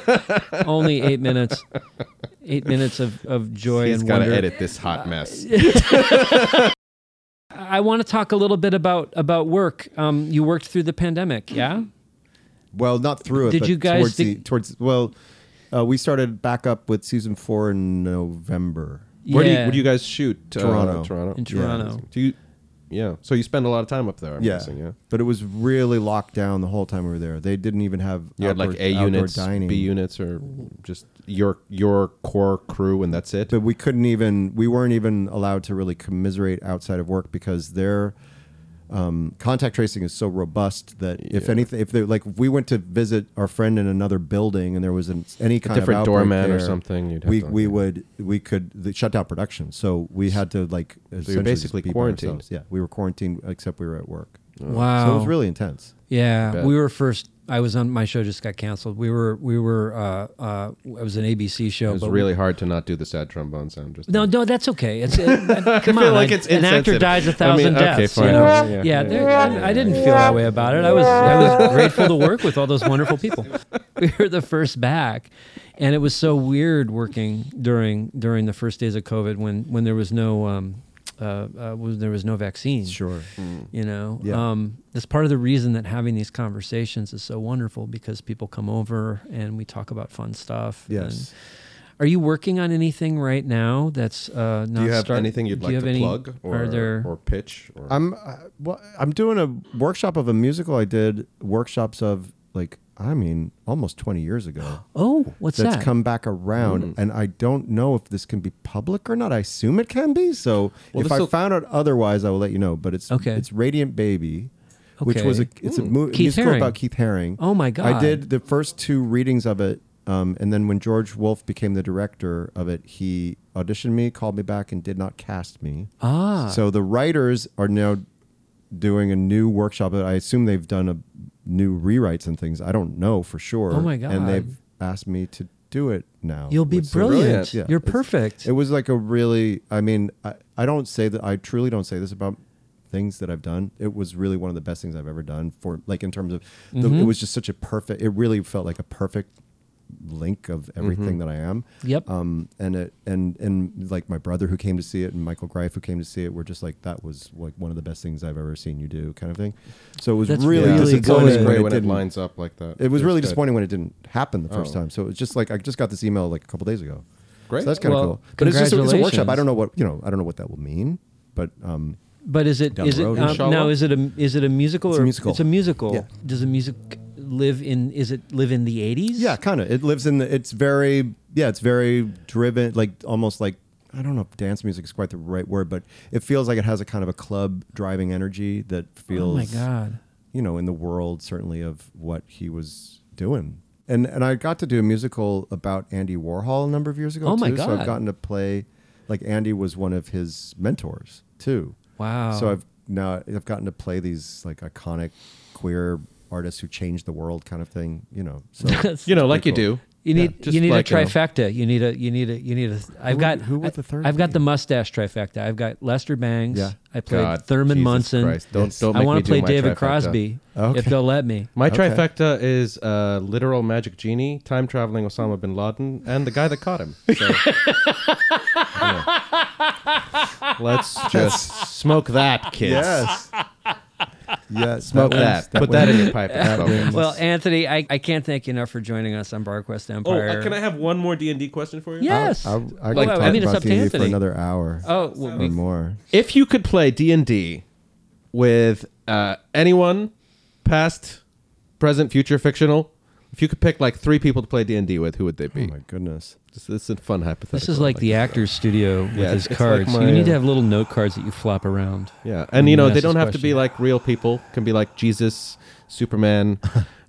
C: Only eight minutes. Eight minutes of, of joy
A: He's
C: and
A: got to
C: wonder.
A: edit this hot
C: <laughs>
A: mess.
C: I want to talk a little bit about about work. Um, you worked through the pandemic, yeah?
B: Well, not through it.
C: Did
B: but
C: you guys
B: towards
C: think-
B: the towards well, uh, we started back up with season four in November.
A: Where do you,
C: Yeah.
A: where do you guys shoot? Uh,
B: Toronto.
A: Toronto.
C: in Toronto?
A: Do you? Yeah. So you spend a lot of time up there. I'm
B: yeah.
A: guessing. Yeah.
B: but it was really locked down the whole time we were there. They didn't even have
A: You had like
B: outdoor-
A: A
B: outdoor
A: units,
B: dining.
A: B units, or just your your core crew, and that's it.
B: but we couldn't even we weren't even allowed to really commiserate outside of work because their um, contact tracing is so robust that if anything if they like if we went to visit our friend in another building and there was an, any kind
A: different
B: of outbreak
A: doorman or
B: there,
A: something, you'd have
B: we
A: to-
B: we would we could th- shut down production so we had to like essentially just
A: basically
B: be by
A: quarantined.
B: ourselves. yeah we were quarantined except we were at work
C: Wow.
B: so it was really intense
C: Yeah,
A: Bet.
C: we were first. I was on my show just got canceled. We were we were uh, uh, it was an ABC show.
A: It was
C: but
A: really hard to not do the sad trombone sound. Just
C: no, no, that's okay.
A: <laughs>
C: It's it, uh, come on.
A: like
C: I-
A: it's
C: an actor
A: insensitive.
C: dies
A: I
C: a thousand
A: mean, okay,
C: deaths.
A: fine.
C: You know?
A: Yeah, yeah,
C: Yeah,
A: yeah,
C: there-
A: yeah,
C: I, I didn't feel that way about it. I was I was grateful to work with all those wonderful people. <laughs> We were the first back, and it was so weird working during during the first days of COVID when when there was no. Um, uh, uh, when there was no vaccine.
B: sure
C: you know
B: Mm. Yeah.
C: um, that's part of the reason that having these conversations is so wonderful because people come over and we talk about fun stuff
B: yes
C: and are you working on anything right now that's uh, not
A: Do you have
C: start-
A: anything you'd
C: do
A: like
C: you have
A: to
C: any-
A: plug or
C: are there
A: or pitch? Or
B: I'm uh, well, I'm doing a workshop of a musical I did workshops of like I mean almost 20 years ago
C: oh what's
B: that's
C: that
B: come back around and I don't know if this can be public or not I assume it can be so
A: Well,
B: if
A: this'll-
B: I found out otherwise I will let you know but it's
C: Okay.
B: it's Radiant Baby which was a
C: Okay.
B: it's a mo-
C: Keith
B: musical
C: Haring.
B: about Keith Haring
C: Oh my
B: I
C: God.
B: did the first two readings of it um, and then when George Wolf became the director of it he auditioned me called me back and did not cast me
C: ah
B: so the writers are now doing a new workshop. I assume they've done a new rewrites and things. I don't know for sure.
C: Oh my God.
B: And they've asked me to do it now.
C: you'll be
B: with some-
C: brilliant,
A: brilliant.
B: Yeah,
C: you're
B: it's-
C: perfect
B: It was like a really. I mean, I, I don't say that. I truly don't say this about things that I've done. It was really one of the best things I've ever done for like in terms of. The,
C: Mm-hmm.
B: it was just such a perfect. It really felt like a perfect link of everything that I am
C: Mm-hmm. yep
B: um, and it and and like my brother who came to see it and Michael Greif who came to see it were just like that was like one of the best things I've ever seen you do kind of thing. So it was
C: That's
B: really
C: really
A: it's always
B: disappointing
C: good.
B: when
A: great
B: it
A: when it
B: didn't.
A: lines up like that.
B: it was
A: It's
B: really
A: good.
B: disappointing when it didn't happen the first
A: Oh.
B: time. So it was just like I just got this email like a couple days ago.
A: Great.
B: So that's kind of
C: Well,
B: cool. But it's just a, it's a workshop.
C: congratulations.
B: I don't know what you know. I don't know what that will mean. But um,
C: but is it
B: down
C: is
B: the
C: it
B: road,
C: um,
A: inshallah.
C: now is it a is it a musical
B: It's a
C: or
B: musical.
C: it's a musical
B: Yeah.
C: does the music live in is it live in the 80s
B: yeah, kind of. It lives in the. It's very yeah. It's very driven. Like almost like. I don't know if dance music is quite the right word, but it feels like it has a kind of a club driving energy that
C: oh
B: feels
C: my god
B: you know, in the world certainly of what he was doing. And and I got to do a musical about Andy Warhol a number of years ago.
C: Oh my
B: too, So
C: God.
B: I've gotten to play like Andy was one of his mentors too.
C: Wow.
B: So I've now I've gotten to play these like iconic queer artists who changed the world kind of thing, you know.
A: <laughs>
C: <laughs>
B: So
C: That's-
A: you know, like you
B: pretty
A: do.
C: You need
A: just
C: you need
A: like,
C: a
A: you know.
C: trifecta. You, need a you need a you need a. I've
B: would-
C: got
B: who would
C: I-
B: the third
C: I've got
B: be?
C: the mustache trifecta. I've got Lester Bangs.
B: Yeah.
C: I played Thurman
A: Jesus
C: Munson.
A: Christ, Don't
B: Yes.
A: don't.
C: I
A: make
C: want
A: me
C: to
A: do
C: play
A: my
C: David
A: trifecta.
C: Crosby if
B: Okay.
C: they'll let me.
A: <laughs> My
B: Okay.
A: trifecta is uh, literal magic genie, time traveling Osama bin Laden, and the guy that caught him. So, <laughs> yeah. Let's just smoke that, kids.
B: Yes. yes.
A: Smoke that. Put <laughs> that in your pipe. and smoke it.
C: Well, Anthony, I, I can't thank you enough for joining us on BarQuest
A: Oh,
C: Empire.
A: uh, can I have one more D and D question for you?
C: Yes.
B: I, I, I
C: Well,
B: could
C: I
B: talk
C: mean, it's
B: about
C: up to
B: TV
C: Anthony.
B: for another hour
C: oh, well,
B: or
C: we,
B: more.
A: If you could play D and D with uh, anyone, past, present, future, fictional, if you could pick like three people to play D and D with, who would they
B: Oh
A: be?
B: my goodness.
A: this, this is a fun hypothetical.
C: this is like the actor's studio with
A: Yeah, it's-
C: his
A: it's
C: cards.
A: like my,
C: you need to
A: uh,
C: have little note cards that you flop around.
A: Yeah, and you know
C: Yes,
A: they don't
C: this
A: have to
C: question.
A: be like real people. Can be like Jesus,
C: <laughs>
A: Superman,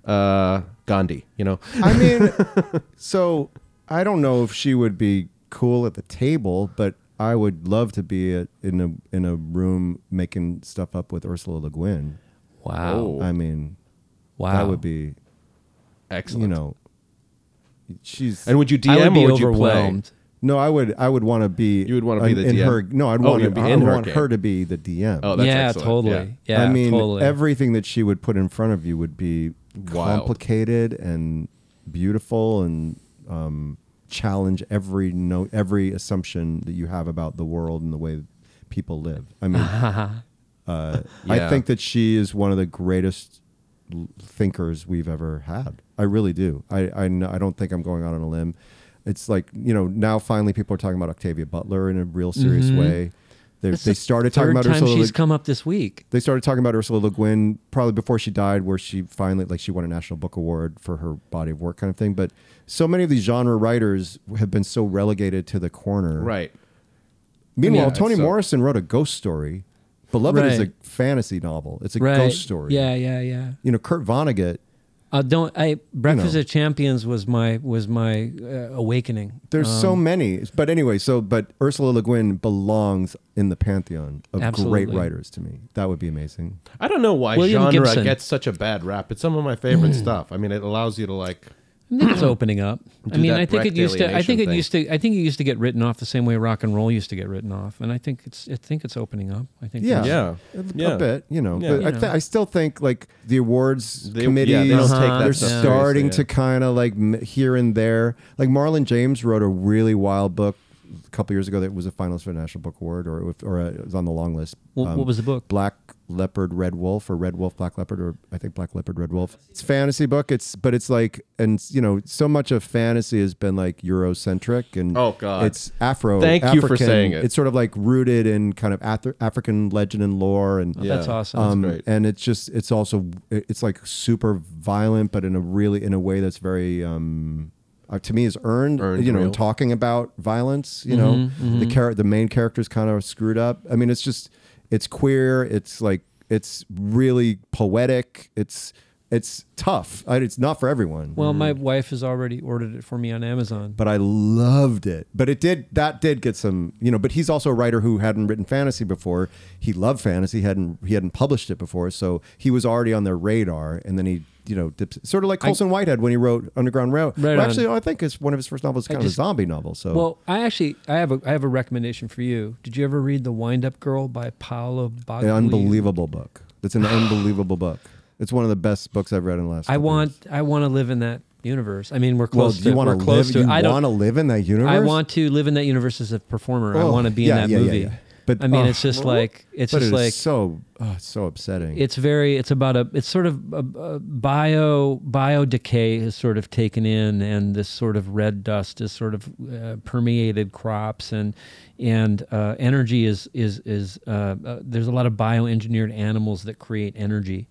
A: uh, Gandhi. You know,
B: I mean,
A: <laughs>
B: so I don't know if she would be cool at the table, but I would love to be at, in a in a room making stuff up with Ursula Le Guin.
C: Wow.
A: Oh.
B: I mean,
C: Wow.
B: that would be
A: excellent.
B: you know, she's
A: and would you DM
C: I would be
A: or would you play?
C: overwhelmed.
B: no. I would I would want to be
A: You would wanna be
B: in-
A: the
B: in
A: DM.
B: her. No, I'd
A: Oh,
B: want to
A: you'd be
B: be I
A: in
B: would
A: her
B: want
A: game.
B: her to be the DM.
A: Oh, that's
C: yeah,
A: excellent.
C: totally.
A: Yeah.
C: Yeah,
B: I mean,
C: totally.
B: everything that she would put in front of you would be
A: Wild.
B: complicated and beautiful and um, challenge every no every assumption that you have about the world and the way people live.
C: <laughs>
B: I mean, uh,
A: Yeah.
B: I think that she is one of the greatest l- thinkers we've ever had. I really do. I I, kn- I don't think I'm going out on a limb. It's like you know now finally people are talking about Octavia Butler in a real serious way. They,
C: That's
B: they
C: the
B: started talking
C: Mm-hmm. third
B: about
C: time
B: Ursula
C: she's
B: Le-
C: come up this week.
B: they started talking about Ursula Le Guin probably before she died, where she finally like she won a National Book Award for her body of work kind of thing. But so many of these genre writers have been so relegated to the corner.
A: Right.
B: Meanwhile,
A: Yeah,
B: Toni
A: so-
B: Morrison wrote a ghost story. Beloved is a
C: Right.
B: fantasy novel. It's a
C: Right.
B: ghost story.
C: Yeah, yeah, yeah.
B: You know, Kurt Vonnegut.
C: Uh, don't I Breakfast
B: know.
C: of Champions was my was my uh, awakening.
B: There's so
C: Um,
B: many. But anyway, so but Ursula Le Guin belongs in the pantheon of
C: Absolutely.
B: great writers to me. That would be amazing.
A: I don't know why
C: William
A: genre
C: Gibson.
A: gets such a bad rap. It's some of my
C: <clears throat>
A: favorite stuff. I mean, it allows you to like.
C: I think it's opening up. I
A: Do
C: mean,
A: that
C: I think it
A: direct
C: used to. I think it
A: alienation
C: used to. I think it used to get written off the same way rock and roll used to get written off. And I think it's. I think it's opening up. I think.
B: Yeah,
C: there's-
A: Yeah.
B: Um, a,
A: Yeah.
B: a bit, you know.
A: Yeah.
B: But
A: You
B: I, th-
C: know.
B: I still think like the awards
A: They- yeah, they
B: committees,
A: don't
C: take that
B: are
C: stuff
B: starting
A: seriously,
B: to kind of like m- here and there. Like Marlon James wrote a really wild book a couple years ago that was a finalist for a National Book Award, or if- or uh, it was on the long list.
C: Wh-
B: Um,
C: what was the book?
B: Black Leopard, Red Wolf, or Red Wolf, Black Leopard, or I think Black Leopard, Red Wolf. It's a fantasy book. It's but it's like, and you know, so much of fantasy has been like Eurocentric, and
A: Oh, God.
B: it's Afro.
A: Thank you for
B: African.
A: saying it.
B: It's sort of like rooted in kind of Ath- African legend and lore, and
C: Oh, That's
A: Yeah.
C: awesome.
B: um,
A: great.
B: and it's just it's also it's like super violent, but in a really in a way that's very um, uh, to me is earned.
A: Earned,
B: you know,
A: real. Mm-hmm,
B: talking about violence. You know, the char- the main character's kind of screwed up. I mean, it's just it's queer. It's like it's really poetic. It's it's tough. I, it's not for everyone.
C: well, my wife has already ordered it for me on Amazon.
B: mm. but I loved it. But it did that did get some, you know. But he's also a writer who hadn't written fantasy before. He loved fantasy. hadn't He hadn't published it before, so he was already on their radar. And then he, you know, dips, sort of like Colson Whitehead when he wrote Underground Railroad.
C: Right
B: well,
C: on.
B: actually, I think it's one of his first novels, kind of
C: just-
B: a zombie novel. So
C: well, I actually I have a I have a recommendation for you. Did you ever read The Wind Up Girl by Paolo
B: an
C: Bagley?
B: unbelievable book.
C: <sighs>
B: It's an unbelievable book. It's one of the best books I've read in the last.
C: I
B: couple
C: want
B: years.
C: I want to live in that universe. I mean, we're
B: Well,
C: close.
B: do you
C: to,
B: want to
C: we're close
B: live?
C: to.
B: you
C: I don't.
B: want to live in that universe?
C: I want to live in that universe as a performer. I
B: Oh,
C: want to be in
B: yeah,
C: that
B: yeah, yeah,
C: movie.
B: yeah.
C: But
B: But,
C: I mean,
B: oh,
C: it's just like it's
B: But
C: just
B: it is
C: like
B: so oh, it's so upsetting.
C: it's very it's about a it's sort of a, a bio bio decay has sort of taken in and this sort of red dust has sort of uh, permeated crops and and uh, energy is is is uh, uh, there's a lot of bioengineered animals that create energy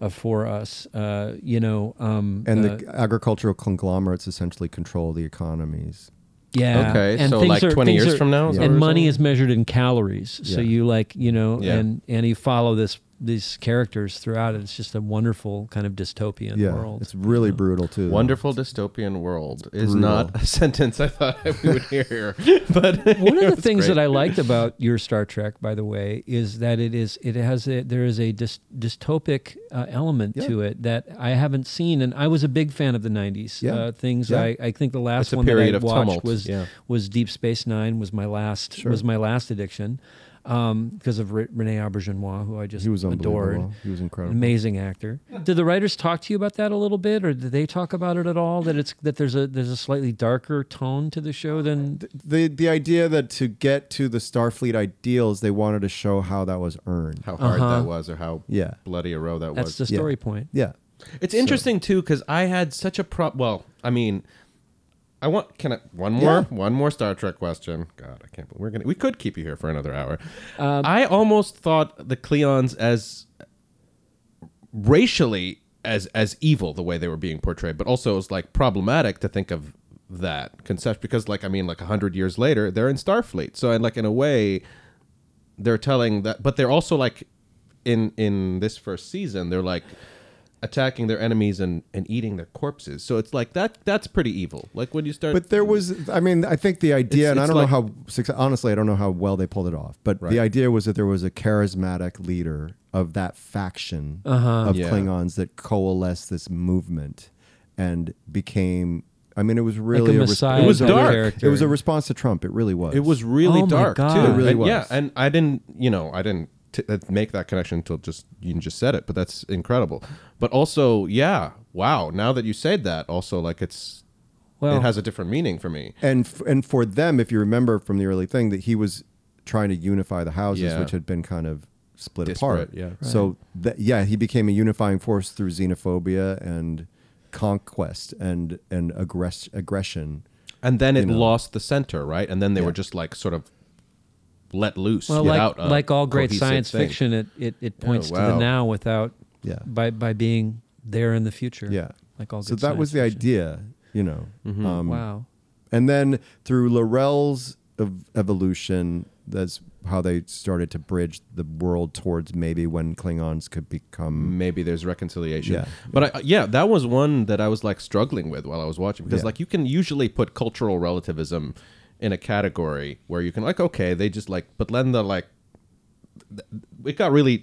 C: uh, for us uh, you know um,
B: and
C: uh,
B: the agricultural conglomerates essentially control the economies.
C: Yeah.
A: Okay, so
C: things
A: like 20
C: things
A: years from now is
B: that what
C: and
A: we're
C: money
A: saying?
C: is measured in calories. So
B: Yeah.
C: you like you know,
A: Yeah.
C: and and you follow this these characters throughout it. It's just a wonderful kind of dystopian
B: yeah,
C: world.
B: it's really brutal too. though.
A: Wonderful dystopian world is
B: Brutal.
A: not a <laughs> sentence I thought we
B: <laughs>
A: would hear here. <laughs> But
C: One of the
A: it's
C: things
A: great.
C: that I liked about your Star Trek, by the way, is that it is it has a, there is a dys, dystopic uh, element
B: Yeah.
C: to it that I haven't seen, and I was a big fan of the '90s.
B: Yeah.
C: Uh, things
B: Yeah.
C: I, I think the
A: It's
C: last
A: a
C: one that
A: period
C: I
A: of
C: watched
A: tumult.
C: was
A: Yeah.
C: was Deep Space Nine was my last
B: Sure.
C: was my last addiction because of Re- Rene Aubergenois, who I just
B: He was
C: adored.
B: unbelievable. He was incredible.
C: Amazing actor. Did the writers talk to you about that a little bit, or did they talk about it at all? That it's that there's a there's a slightly darker tone to the show than
B: the the idea that to get to the Starfleet ideals, they wanted to show how that was earned.
A: how hard
C: Uh-huh.
A: that was, or how
B: Yeah.
A: bloody a row that
C: that's
A: was.
C: the
B: yeah.
C: story point.
B: Yeah,
A: It's interesting too because I had such a pro. Well, I mean, I want can I one more one more Star Trek question? God, I can't. believe We're gonna we could keep you here for another hour. I almost thought the Cleons as racially as as evil the way they were being portrayed, but also it was like problematic to think of that concept because like I mean like a hundred years later they're in Starfleet, so and like in a way they're telling that but they're also like in in this first season they're like attacking their enemies and and eating their corpses so it's like that that's pretty evil like when you start
B: but there was. I mean, I think the
A: It's-
B: idea, and I
A: it's
B: don't
A: like-
B: know how success, honestly, I don't know how well they pulled it off. But
A: Right.
B: the idea was that there was a charismatic leader of that faction
C: Uh-huh.
B: of
A: Yeah.
B: Klingons that coalesced this movement and became. I mean, it was really
C: a
B: res-
C: messiah
B: it was
A: type
B: dark.
C: character.
B: It was a response to Trump. It really was.
A: it was really
C: Oh my
A: dark
C: God.
A: too
C: It really
A: And-
B: was.
A: yeah and i didn't you know i didn't t- uh, make that connection until just you just said it but that's incredible but also yeah wow now that you said that also like it's
C: Well,
A: it has a different meaning for me
B: and f- and for them, if you remember from the early thing, that he was trying to unify the houses,
A: Yeah.
B: which had been kind of split
A: Disparate,
B: apart.
A: yeah. Right.
B: So that yeah, he became a unifying force through xenophobia and conquest and and aggress- aggression.
A: and then it
B: know.
A: lost the center right and then they were just like sort of let loose
C: well,
A: without
C: like
A: a
C: like all great
A: cohesive
C: science
A: thing.
C: fiction, it it, it points to
A: wow.
C: the now without
B: Oh, Yeah.
C: by by being there in the future.
B: Yeah.
C: like all. Good
B: So that was the
C: science fiction.
B: idea, you know.
A: Mm-hmm.
B: Um,
C: Wow.
B: And then through Laurel's ev- evolution, that's how they started to bridge the world towards maybe when Klingons could become
A: maybe there's reconciliation.
B: Yeah.
A: But I, yeah, that was one that I was like struggling with while I was watching because
B: Yeah.
A: like you can usually put cultural relativism in a category where you can like okay they just like but then the like th- it got really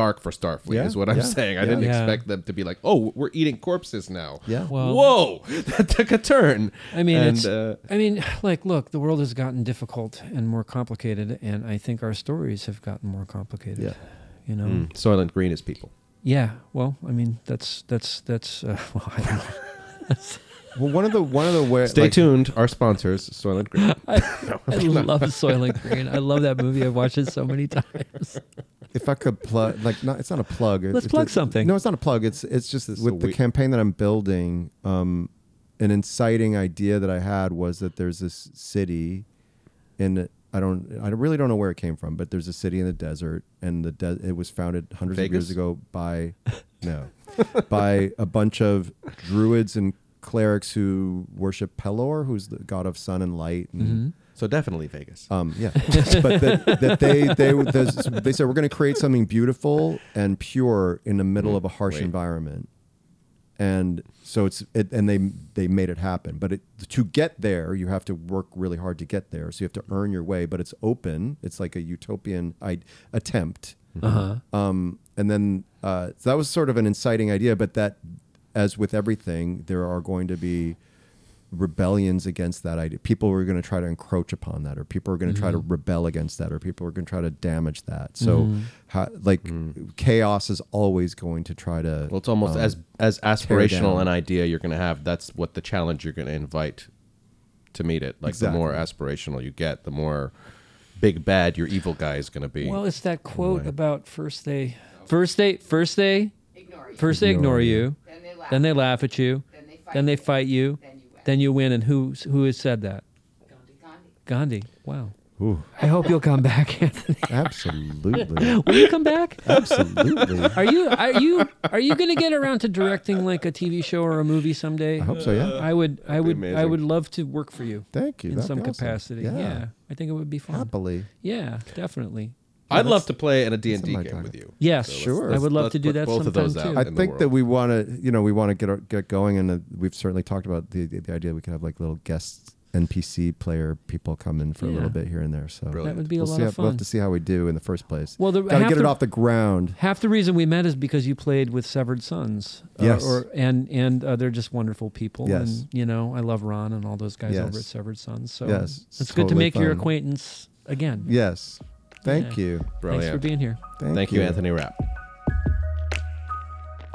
A: dark for Starfleet
B: Yeah,
A: is what I'm
B: yeah,
A: saying. I
B: yeah.
A: didn't
C: Yeah.
A: expect them to be like, oh, we're eating corpses now.
B: Yeah.
C: Well-
A: Whoa, <laughs> that took a turn.
C: I mean,
A: and,
C: it's.
A: uh,
C: I mean, <sighs> like, look, the world has gotten difficult and more complicated, and I think our stories have gotten more complicated.
B: Yeah.
C: You know.
A: mm, Soylent Green is people.
C: Yeah. Well, I mean, that's that's that's. Uh, <laughs> well, I don't know.
B: <laughs> Well, one of the one of the ways.
A: Stay tuned. Our sponsors, Soylent Green.
C: I love Soylent Green. I love that movie. I've watched it so many <laughs> times.
B: if I could plug, like, not, it's not a plug.
C: Let's
B: It's
C: plug
B: a-
C: something.
B: No, it's not a plug. It's it's just
A: It's a
B: with the
A: we-
B: campaign that I'm building. Um, an inciting idea that I had was that there's this city, in I don't I really don't know where it came from, but there's a city in the desert, and the de- it was founded hundreds of years
A: Vegas?
B: ago by no <laughs> by a bunch of druids and clerics who worship Pelor, who's the god of sun and light,
A: <laughs>
B: and
C: Mm-hmm.
A: So definitely Vegas.
B: um, yeah, but that, that they they there's- they said we're going to create something beautiful and pure in the middle of a harsh
A: Wait.
B: environment, and so it's it, and they they made it happen. But it, to get there, you have to work really hard to get there. So you have to earn your way. But it's open. It's like a utopian I- attempt.
C: Uh-huh.
B: Um, and then uh, so that was sort of an inciting idea, but that, as with everything, there are going to be rebellions against that idea. People are going to try to encroach upon that, or people are going to try to
C: Mm-hmm.
B: rebel against that, or people are going to try to damage that. So, how, like, chaos is always going to try to.
A: Mm-hmm. Well, it's almost
B: um,
A: as as
B: down.
A: aspirational an idea you're going to have. That's what the challenge you're going to invite to meet it. Like the more aspirational you get, the more big bad your evil guy is going to be.
C: Well, it's that quote about first they, first they, first they,
D: ignore you.
C: first they ignore you,
D: Then they laugh.
C: then they laugh at you,
D: Then they fight.
C: then they fight you,
D: Then you win.
C: then you win. And who who has said that?
D: Gandhi, Gandhi.
C: Gandhi. Wow.
B: Ooh.
C: I hope you'll come back, <laughs> Anthony.
B: <laughs> absolutely,
C: Will you come back?
B: absolutely.
C: Are you are you are you going to get around to directing like a TV show or a movie someday?
B: I hope so. Yeah.
C: I would I would I
A: amazing.
C: would love to work for you
B: Thank you.
C: in
B: That'd
C: some
B: be awesome.
C: capacity. Yeah. I think it would be fun.
B: Happily.
C: Yeah, definitely.
A: I'd love to play in a D and D
B: my
A: game
B: title.
A: with you.
C: Yes,
A: So let's-
B: Sure.
A: let's-
B: I
C: would love
A: let's
C: to do
A: put
C: that
A: Both of those out.
C: sometime, too.
B: I
A: in the
B: think
A: world.
B: that we want to, you know, we want to get our, get going, and uh, we've certainly talked about the the idea we could have like little guest NPC player people come in for a
C: Yeah.
B: little bit here and there. So
A: Brilliant.
C: that would be a
B: we'll
C: lot
B: see.
C: of
B: how, we'll
C: fun.
B: have to see how we do in the first place.
C: Well, the-
B: gotta
C: half
B: get it
C: the-
B: off the ground.
C: Half the reason we met is because you played with Severed Sons. Uh,
B: Yes.
C: or, and and uh, they're just wonderful people.
B: Yes.
C: And, you know, I love Ron and all those guys
B: Yes.
C: over at Severed Sons. So
B: Yes,
C: it's,
B: it's
C: good to
B: totally
C: make your
B: fun.
C: acquaintance again.
B: Yes. Thank
C: Yeah.
B: you.
A: Brilliant.
C: Thanks for being here.
B: Thank,
A: Thank you, Anthony Rapp.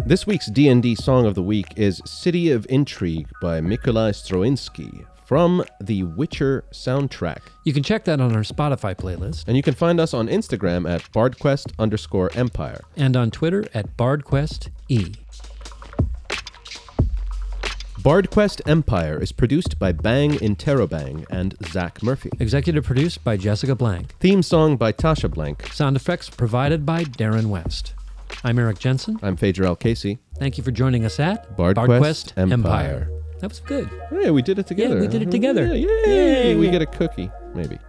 A: This week's D&D song of the week is City of Intrigue by Mikolaj Stroinsky from the Witcher soundtrack.
C: You can check that on our Spotify playlist
A: And you can find us on Instagram at bardquest underscore empire.
C: and on Twitter at BardQuest E.
A: BardQuest Empire is produced by Bang Interrobang and Zach Murphy.
C: Executive produced by Jessica Blank.
A: Theme song by Tasha Blank.
C: Sound effects provided by Darren West. I'm Eric Jensen.
A: I'm Phaedra L. Casey.
C: Thank you for joining us at
A: Bard
C: Bard
A: Quest
C: Quest Empire.
A: Empire.
C: That was good.
A: Hey, we did it together.
C: we did it together.
A: Yeah, yay!
C: Yay.
A: We get a cookie, maybe.